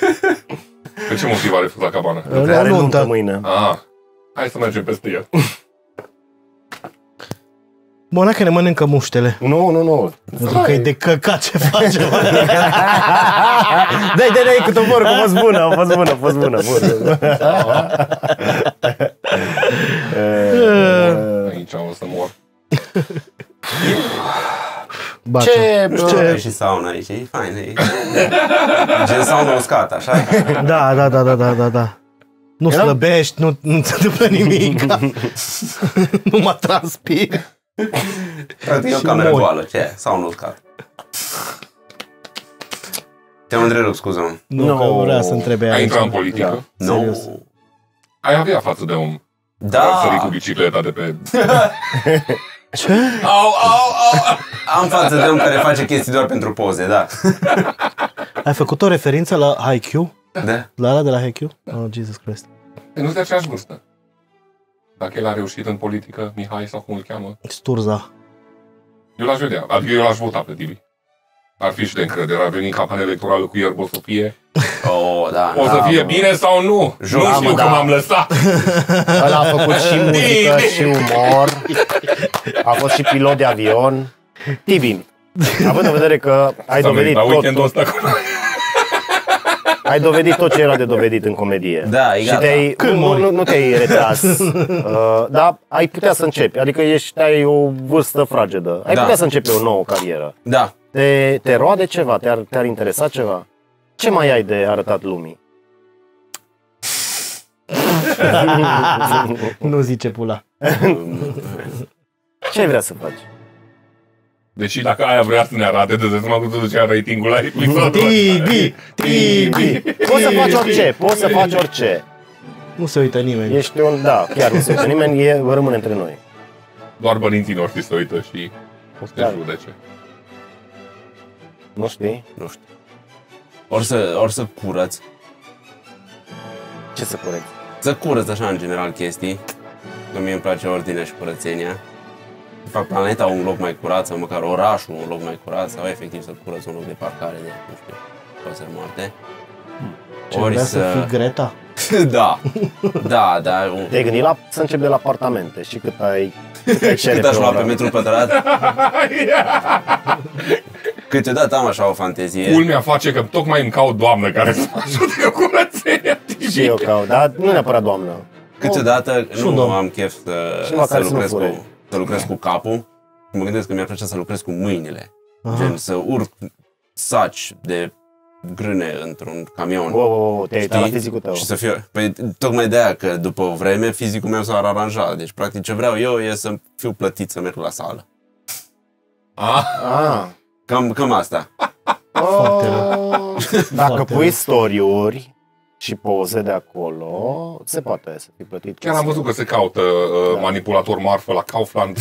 Pe ce motiv a refuzat cabana?
la
Are nuntă
nuntă.
mâine.
Ah, hai să mergem peste el.
Bă, că ne mănâncă muștele.
Nu, nu, nu.
Pentru că e de căcat ce face. bă.
Dai, dai, dai, cu toporul, că a fost bună, a fost bună, a fost bună, bună.
Aici o să mor.
Bacă.
Ce,
E și sauna aici, e fain, e... Gen sauna uscat, așa?
Da, da, da, da, da, da, da. Nu
Eram-
slăbești, nu, nu se întâmplă nimic. nu mă transpir.
Practic e o
Și
cameră
mori.
goală, ce e? Sauna uscat. Te-am întrerupt, scuză-mă.
Nu,
Nu.
no. că vrea să întrebe
Ai
aici.
intrat în politică?
Nu.
Serios.
Ai avea față de om. Care ar sări cu
Da,
bicicleta de pe...
au, au, au. am față de om care face chestii doar pentru poze, da.
Ai făcut o referință la Haikyuu?
Da.
La ăla de la Haikyuu? Oh, Jesus Christ.
E, Nu de aceeași vârstă. da. Dacă el a reușit în politică, Mihai sau cum îl cheamă,
Sturza.
eu l-aș vedea. Adică eu l-aș vota pe Tibi. Ar fi și de încredere, ar veni în campania electorală cu el, o să fie,
Oh, da,
o să
da.
fie bine sau nu?
Jur,
nu
da,
știu
mă,
că
da.
m-am lăsat.
Ăla a făcut și muzică și umor. A fost și pilot de avion. Tibi, având în vedere că ai
S-a venit
dovedit,
la weekendul
tot,
ăsta cu noi.
ai dovedit tot ce era de dovedit în comedie.
Da, e
și
gata.
te-ai,
Când
nu,
mori?
nu, nu te-ai retras, uh, dar ai putea să începi. Adică ești, ai o vârstă fragedă. Ai
Da.
putea să începi o nouă carieră.
Da.
Te, te roade ceva? Te-ar, te-ar interesa ceva? Ce mai ai de arătat lumii?
Nu zice pula.
Ce ai vrea să faci?
Deci dacă aia vrea să ne arate, de seama cum se ducea ratingul la episodul
Tibi! Tibi!
Poți să faci orice, poți să faci orice.
Nu se uită nimeni.
Ești un, da, chiar nu se uită nimeni, e, rămâne între noi.
Doar părinții noștri se uită și o să te
Da.
judece.
Nu știi?
Nu știu. Ori să, ori să curăț.
Ce să corecți?
Să curăț așa în general chestii. Că mie îmi place ordinea și curățenia. Să fac planeta un loc mai curat sau măcar orașul un loc mai curat sau efectiv să curăț un loc de parcare de, nu știu, păsări moarte.
Ce vrea să fii Greta?
da, da, da, un...
Te-ai gândit la, să începi de la apartamente și cât ai, cât ai cere
Cât aș lua pe
oră?
metru pătrat? Câteodată am așa o fantezie.
Culmea face că tocmai îmi caut doamnă care să mă ajute cu curățenia. Tibi.
Și eu caut, dar nu neapărat doamnă.
Câteodată
Și un
nu
om.
am chef să,
Și una
să,
care să nu
lucrez
fure.
cu, să lucrez cu capul. Mă gândesc că mi-ar plăcea să lucrez cu mâinile.
Aha.
Ah.
Gen să urc saci de grâne într-un camion.
Wow, wow, wow, te-ai uitat la
știi?
fizicul tău.
Și să fiu... Păi, tocmai de aia că după o vreme fizicul meu s-a aranjat. Deci, practic, ce vreau eu e să fiu plătit să merg la sală.
Ah,
Ah.
Cam, cam asta.
Foarte rău.
Oh, Dacă
Foarte
pui
rău.
storiuri și poze de acolo, se poate să fii plătit.
chiar am văzut că se caută uh, manipulator marfă la Kaufland.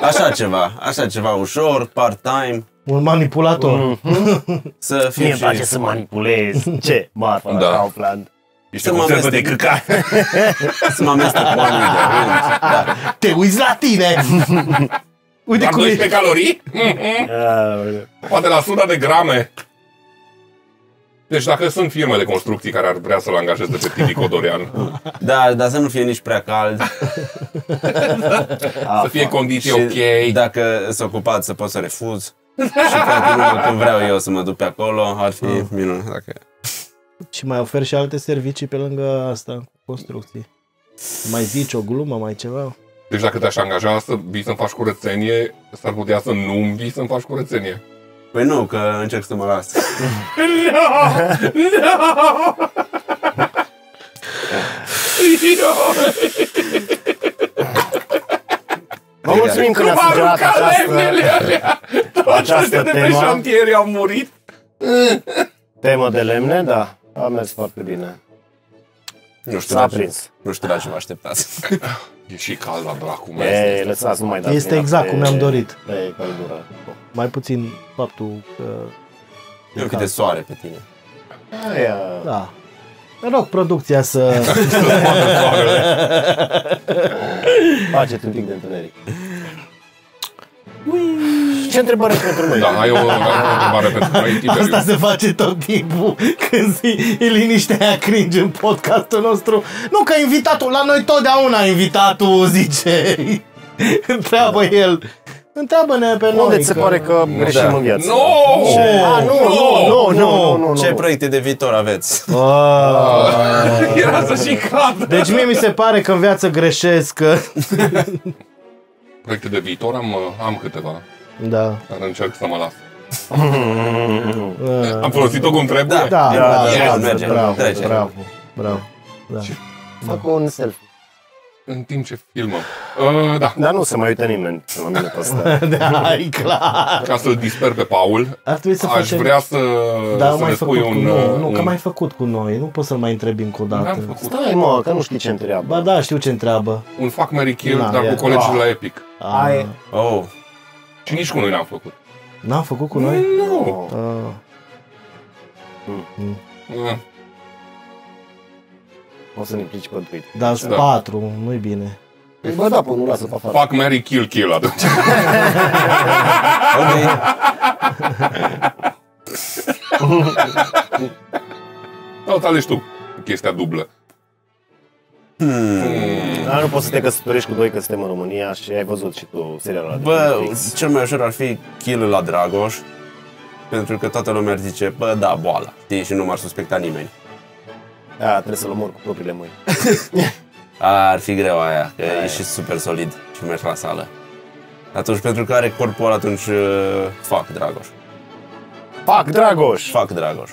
Așa ceva. Așa ceva ușor, part-time.
Un manipulator.
Să fiu
Mie îmi
și...
place să manipulez. Ce? Marfa
Da.
da. Kaufland.
Ești
Să
o
mă
conservă de
amestec.
căcat.
Să mă amestec cu oamenii de rând. Da.
Te uiți la tine! Uite
Doar
cum e.
12 calorii? Mhm.
Aoleu.
Poate la 100 de grame. Deci dacă sunt firme de construcții care ar vrea să-l angajeze pe Tibi Codorean,
da, dar să nu fie nici prea cald.
să fie condiții
Și da.
ok.
dacă sunt ocupat să pot să refuz. și pentru când vreau eu să mă duc pe acolo, ar fi
Ah.
minunat dacă...
Și mai ofer și alte servicii pe lângă asta, cu construcții. Mai zici o glumă, mai ceva?
Deci dacă te-aș angaja să vii să-mi faci curățenie, s-ar putea să nu vii să-mi faci curățenie.
Păi nu, că încerc să mă las.
Vă mulțumim că ne-ați sugerat această
Această de pe
temă.
șantier au murit.
temă de lemne, da. A mers foarte bine.
Nu știu,
S-a
la ce,
prins.
nu știu la ce vă așteptați.
E și cald la dracu, mă.
E, lăsați, nu mai
Da,
dați
Este
mila
exact
pe-
cum mi-am dorit.
Pe căldură.
Mai puțin faptul că...
Eu cât de soare pe tine.
Aia.
Da. Mă rog producția să...
Faceți un pic de întuneric. Ce întrebare pentru noi?
Da, ai o, ai o întrebare pentru noi, Tiberiu.
Asta se face tot timpul când zi, e liniștea aia cringe în podcastul nostru. Nu că invitatul, la noi totdeauna invitatul zice, întreabă el, întreabă-ne pe noi.
Unde ți se
Deci că-
pare că greșim
da.
în viață?
Nu!
Ah, nu, nu, nu, nu, nu, nu.
Ce proiecte de viitor aveți?
Ah,
Era să și cald.
Deci mie mi se pare că în viață greșesc. că-
Proiecte de viitor am, uh, am câteva,
Da.
dar încerc să mă las.
Ah.
Am folosit-o cum trebuie?
Da,
Da, da,
Yes,
da,
merge,
bravo,
trece.
bravo, bravo. Da.
Fac un selfie.
În timp ce filmăm. Uh, da,
Dar nu se mai uită nimeni la mine pe asta.
da, e clar.
ca să-l disper pe Paul,
Ar trebui să
aș
facem...
vrea să,
da, am
să
mai
ne
făcut
spui
cu
un... uh,
noi. Nu,
un...
că am mai făcut cu noi. Nu pot să-l mai întreb încă o
am
dată.
făcut
Stai mă, că nu știi ce întreabă.
Ba da, știu ce întreabă.
un fac Mary Kill,
Da,
dar
e-
cu colegii la Epic.
Ai...
Oh,
Și nici cu noi n-am făcut. Păi
N-am făcut cu noi?
Nu!
Ah.
Uh,
O să ne implici pe Twitter.
Dar sunt
Da.
patru, nu-i bine.
Bă, da, până nu lasă pe afară.
Fac Mary Kill Kill atunci.
Ah,
ok.
Sau îți alegi tu chestia dublă.
Dar nu poți să te căsătorești cu doi că suntem în România și ai văzut și tu serialul ăla de
Bă,
Netflix.
cel mai ușor ar fi kill la Dragoș, pentru că toată lumea ar zice, bă, da, boala, știi, și nu m-ar suspecta nimeni.
Da, trebuie să-l omor cu propriile mâini.
Ar fi greu aia, că e și super solid și mergi la sală. Atunci, pentru că are corpul ăla, atunci uh, fac Dragoș.
Fac, Dragoș!
Fac Dragoș.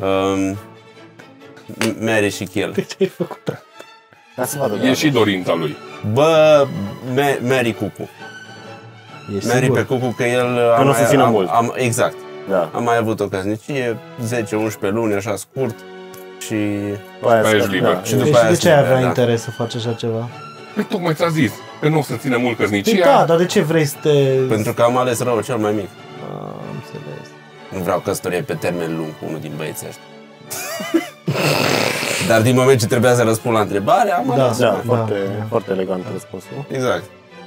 Um, M- Mary și
Deci-
Kill.
Ca să vadă,
E
Da,
Dragoș.
și dorința lui.
Bă, Me- Mary Cucu.
E
Mary pe
sigur.
Cucu că el... a
nu o
mai-
susțină
am-
mult.
Am, exact.
Da.
Am mai avut o căsnicie, 10-11 luni, așa scurt. Și
După aia
Pe
scap,
ești liber.
da.
Și după
Deci
aia
de ce ai
schimbă,
avea
da.
interes să faci așa ceva?
Păi tocmai ți-a zis că nu o să ține mult
Păi
căsnicia.
da, dar de ce vrei să te...
Pentru că am ales răul cel mai mic.
Ah, Am înțeles.
Nu vreau căsătorie pe termen lung cu unul din băieții ăștia. Dar din moment ce trebuia să răspund la întrebare, am
Da,
ales.
Da,
Da.
foarte, foarte elegant răspunsul.
Exact.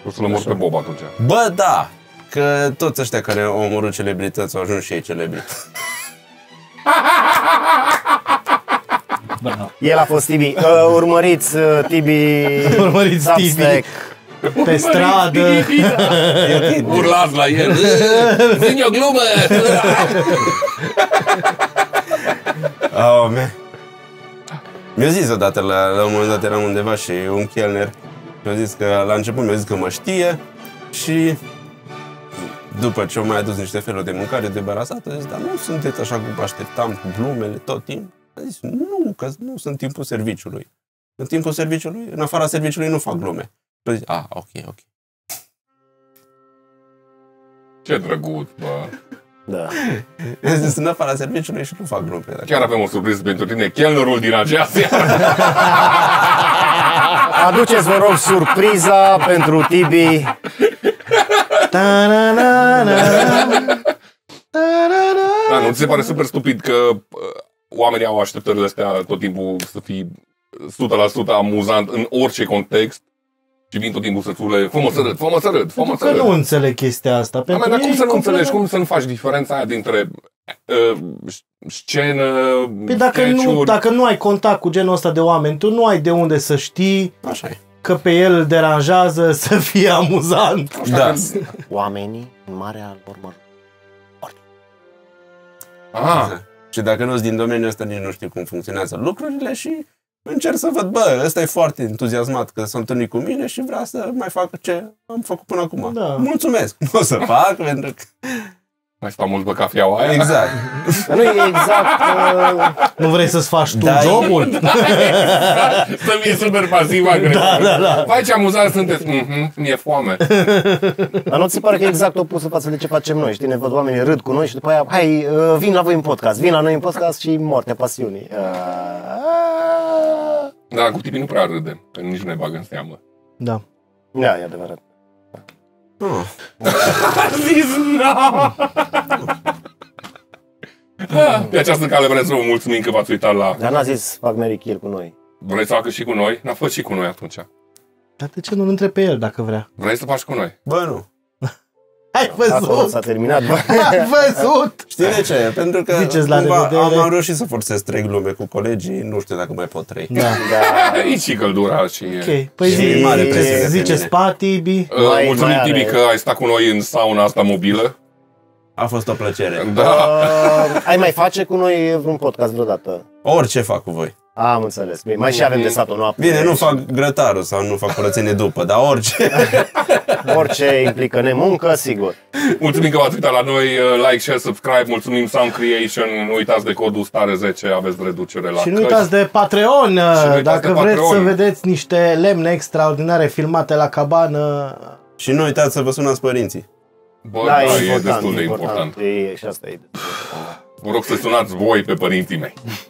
O să-l omor pe Bob atunci.
Bă, da! Că toți ăștia care au omorât celebrități au ajuns și ei celebrități.
El a fost Tibi. Uh, urmăriți uh, Tibi.
Urmăriți
Substack.
Pe stradă...
Urlați la el. Vine o glumă!
Oh, man. Mi-a zis odată, la, la un moment dat eram undeva și un chelner mi-a zis că la început mi-a zis că mă știe și după ce au mai adus niște feluri de mâncare debarasată, a zis, dar nu sunteți așa cum vă așteptam, cu glumele, tot timpul? A zis, nu, că nu sunt timpul serviciului. În timpul serviciului, în afara serviciului nu fac glume. Și a zis, ah, ok, ok.
Ce drăguț, bă.
Da.
A zis, în afara serviciului și nu fac glume.
Chiar avem o surpriză pentru tine. Chelnerul din acea seară.
Aduceți, vă rog, surpriza pentru Tibi.
Da, nu ți se pare super stupid că uh, oamenii au așteptările astea tot timpul să fii 100% amuzant în orice context și vin tot timpul să țule, fă mă să râd, fă mă să râd, fă mă
Pentru
să
că
râd.
nu înțeleg chestia asta.
Da, mă,
Pentru
dar
mine
cum
e
să nu
complet-
înțelegi, cum să nu faci diferența aia dintre uh, sc- scenă,
Păi dacă nu,
sketch-uri?
dacă nu ai contact cu genul ăsta de oameni, tu nu ai de unde să știi
Așa e.
că pe el îl deranjează să fie amuzant.
Da.
Oamenii, în marea lor mă
Ah,
Și dacă nu-s din domeniul ăsta, nici nu știu cum funcționează lucrurile și încerc să văd, bă, ăsta e foarte entuziasmat că s-a întâlnit cu mine și vrea să mai fac ce am făcut până acum.
Da.
Mulțumesc! Nu o să fac, pentru că
Mai stau mult pe cafeaua aia.
Exact.
Că nu e exact... Uh,
Nu vrei să-ți faci tu
Da, e-
jobul?
Să fie super pasiv agresiv. Da, da, da. Vai ce amuzant sunteți. Mhm, mi-e foame.
dar nu ți se pare că e exact opusul față de ce facem noi? Știi, ne văd oamenii râd cu noi și după aia, hai, uh, vin la voi în podcast, vin la noi în podcast și moarte pasiunii. Uh,
Dar Da, cu tipii nu prea râdem, că nici nu ne bagă în seamă.
Da.
da, e adevărat.
A zis no! Da, Pe această cale vreți să vă mulțumim că v-ați uitat la...
Dar n-a zis, fac Mary Kill cu noi.
Vreți să facă și cu noi? N-a fost și cu noi atunci.
Dar de ce nu-l întrebi pe el dacă vrea?
Vrei să faci cu noi?
Bă, nu.
Ai
Acolo
văzut!
s-a terminat. Uh,
Ai văzut!
Știi de ce? Pentru că
Ziceți la
cumva am,
revedere.
am reușit să forțez trei glume cu colegii, nu știu dacă mai pot trei.
Da.
E și căldura și...
Ok, păi
Și
zi,
e mare presiune pe
zice
mine.
spa, Tibi.
Uh,
Mai-
mulțumim,
mai are-
Tibi, că ai stat cu noi în sauna asta mobilă.
A fost o plăcere.
Da.
Uh, ai mai face cu noi vreun podcast vreodată?
Orice fac cu voi.
Am înțeles. Bine, mai și avem de stat o noapte.
Bine, nu fac grătarul sau nu fac curățenie după, dar orice.
Orice implică nemuncă, sigur.
Mulțumim că v-ați uitat la noi. Uh, Like, share, subscribe. Mulțumim Sound Creation. Nu uitați de codul STARE10. Aveți reducere la
Și nu
căști.
uitați de Patreon, uh,
uitați
dacă
de
vreți
Patreon.
să vedeți niște lemne extraordinare filmate la cabană.
Și nu uitați să vă sunați părinții.
Bă, da, e destul de important.
E, și asta e.
Vă rog să sunați voi pe părinții mei.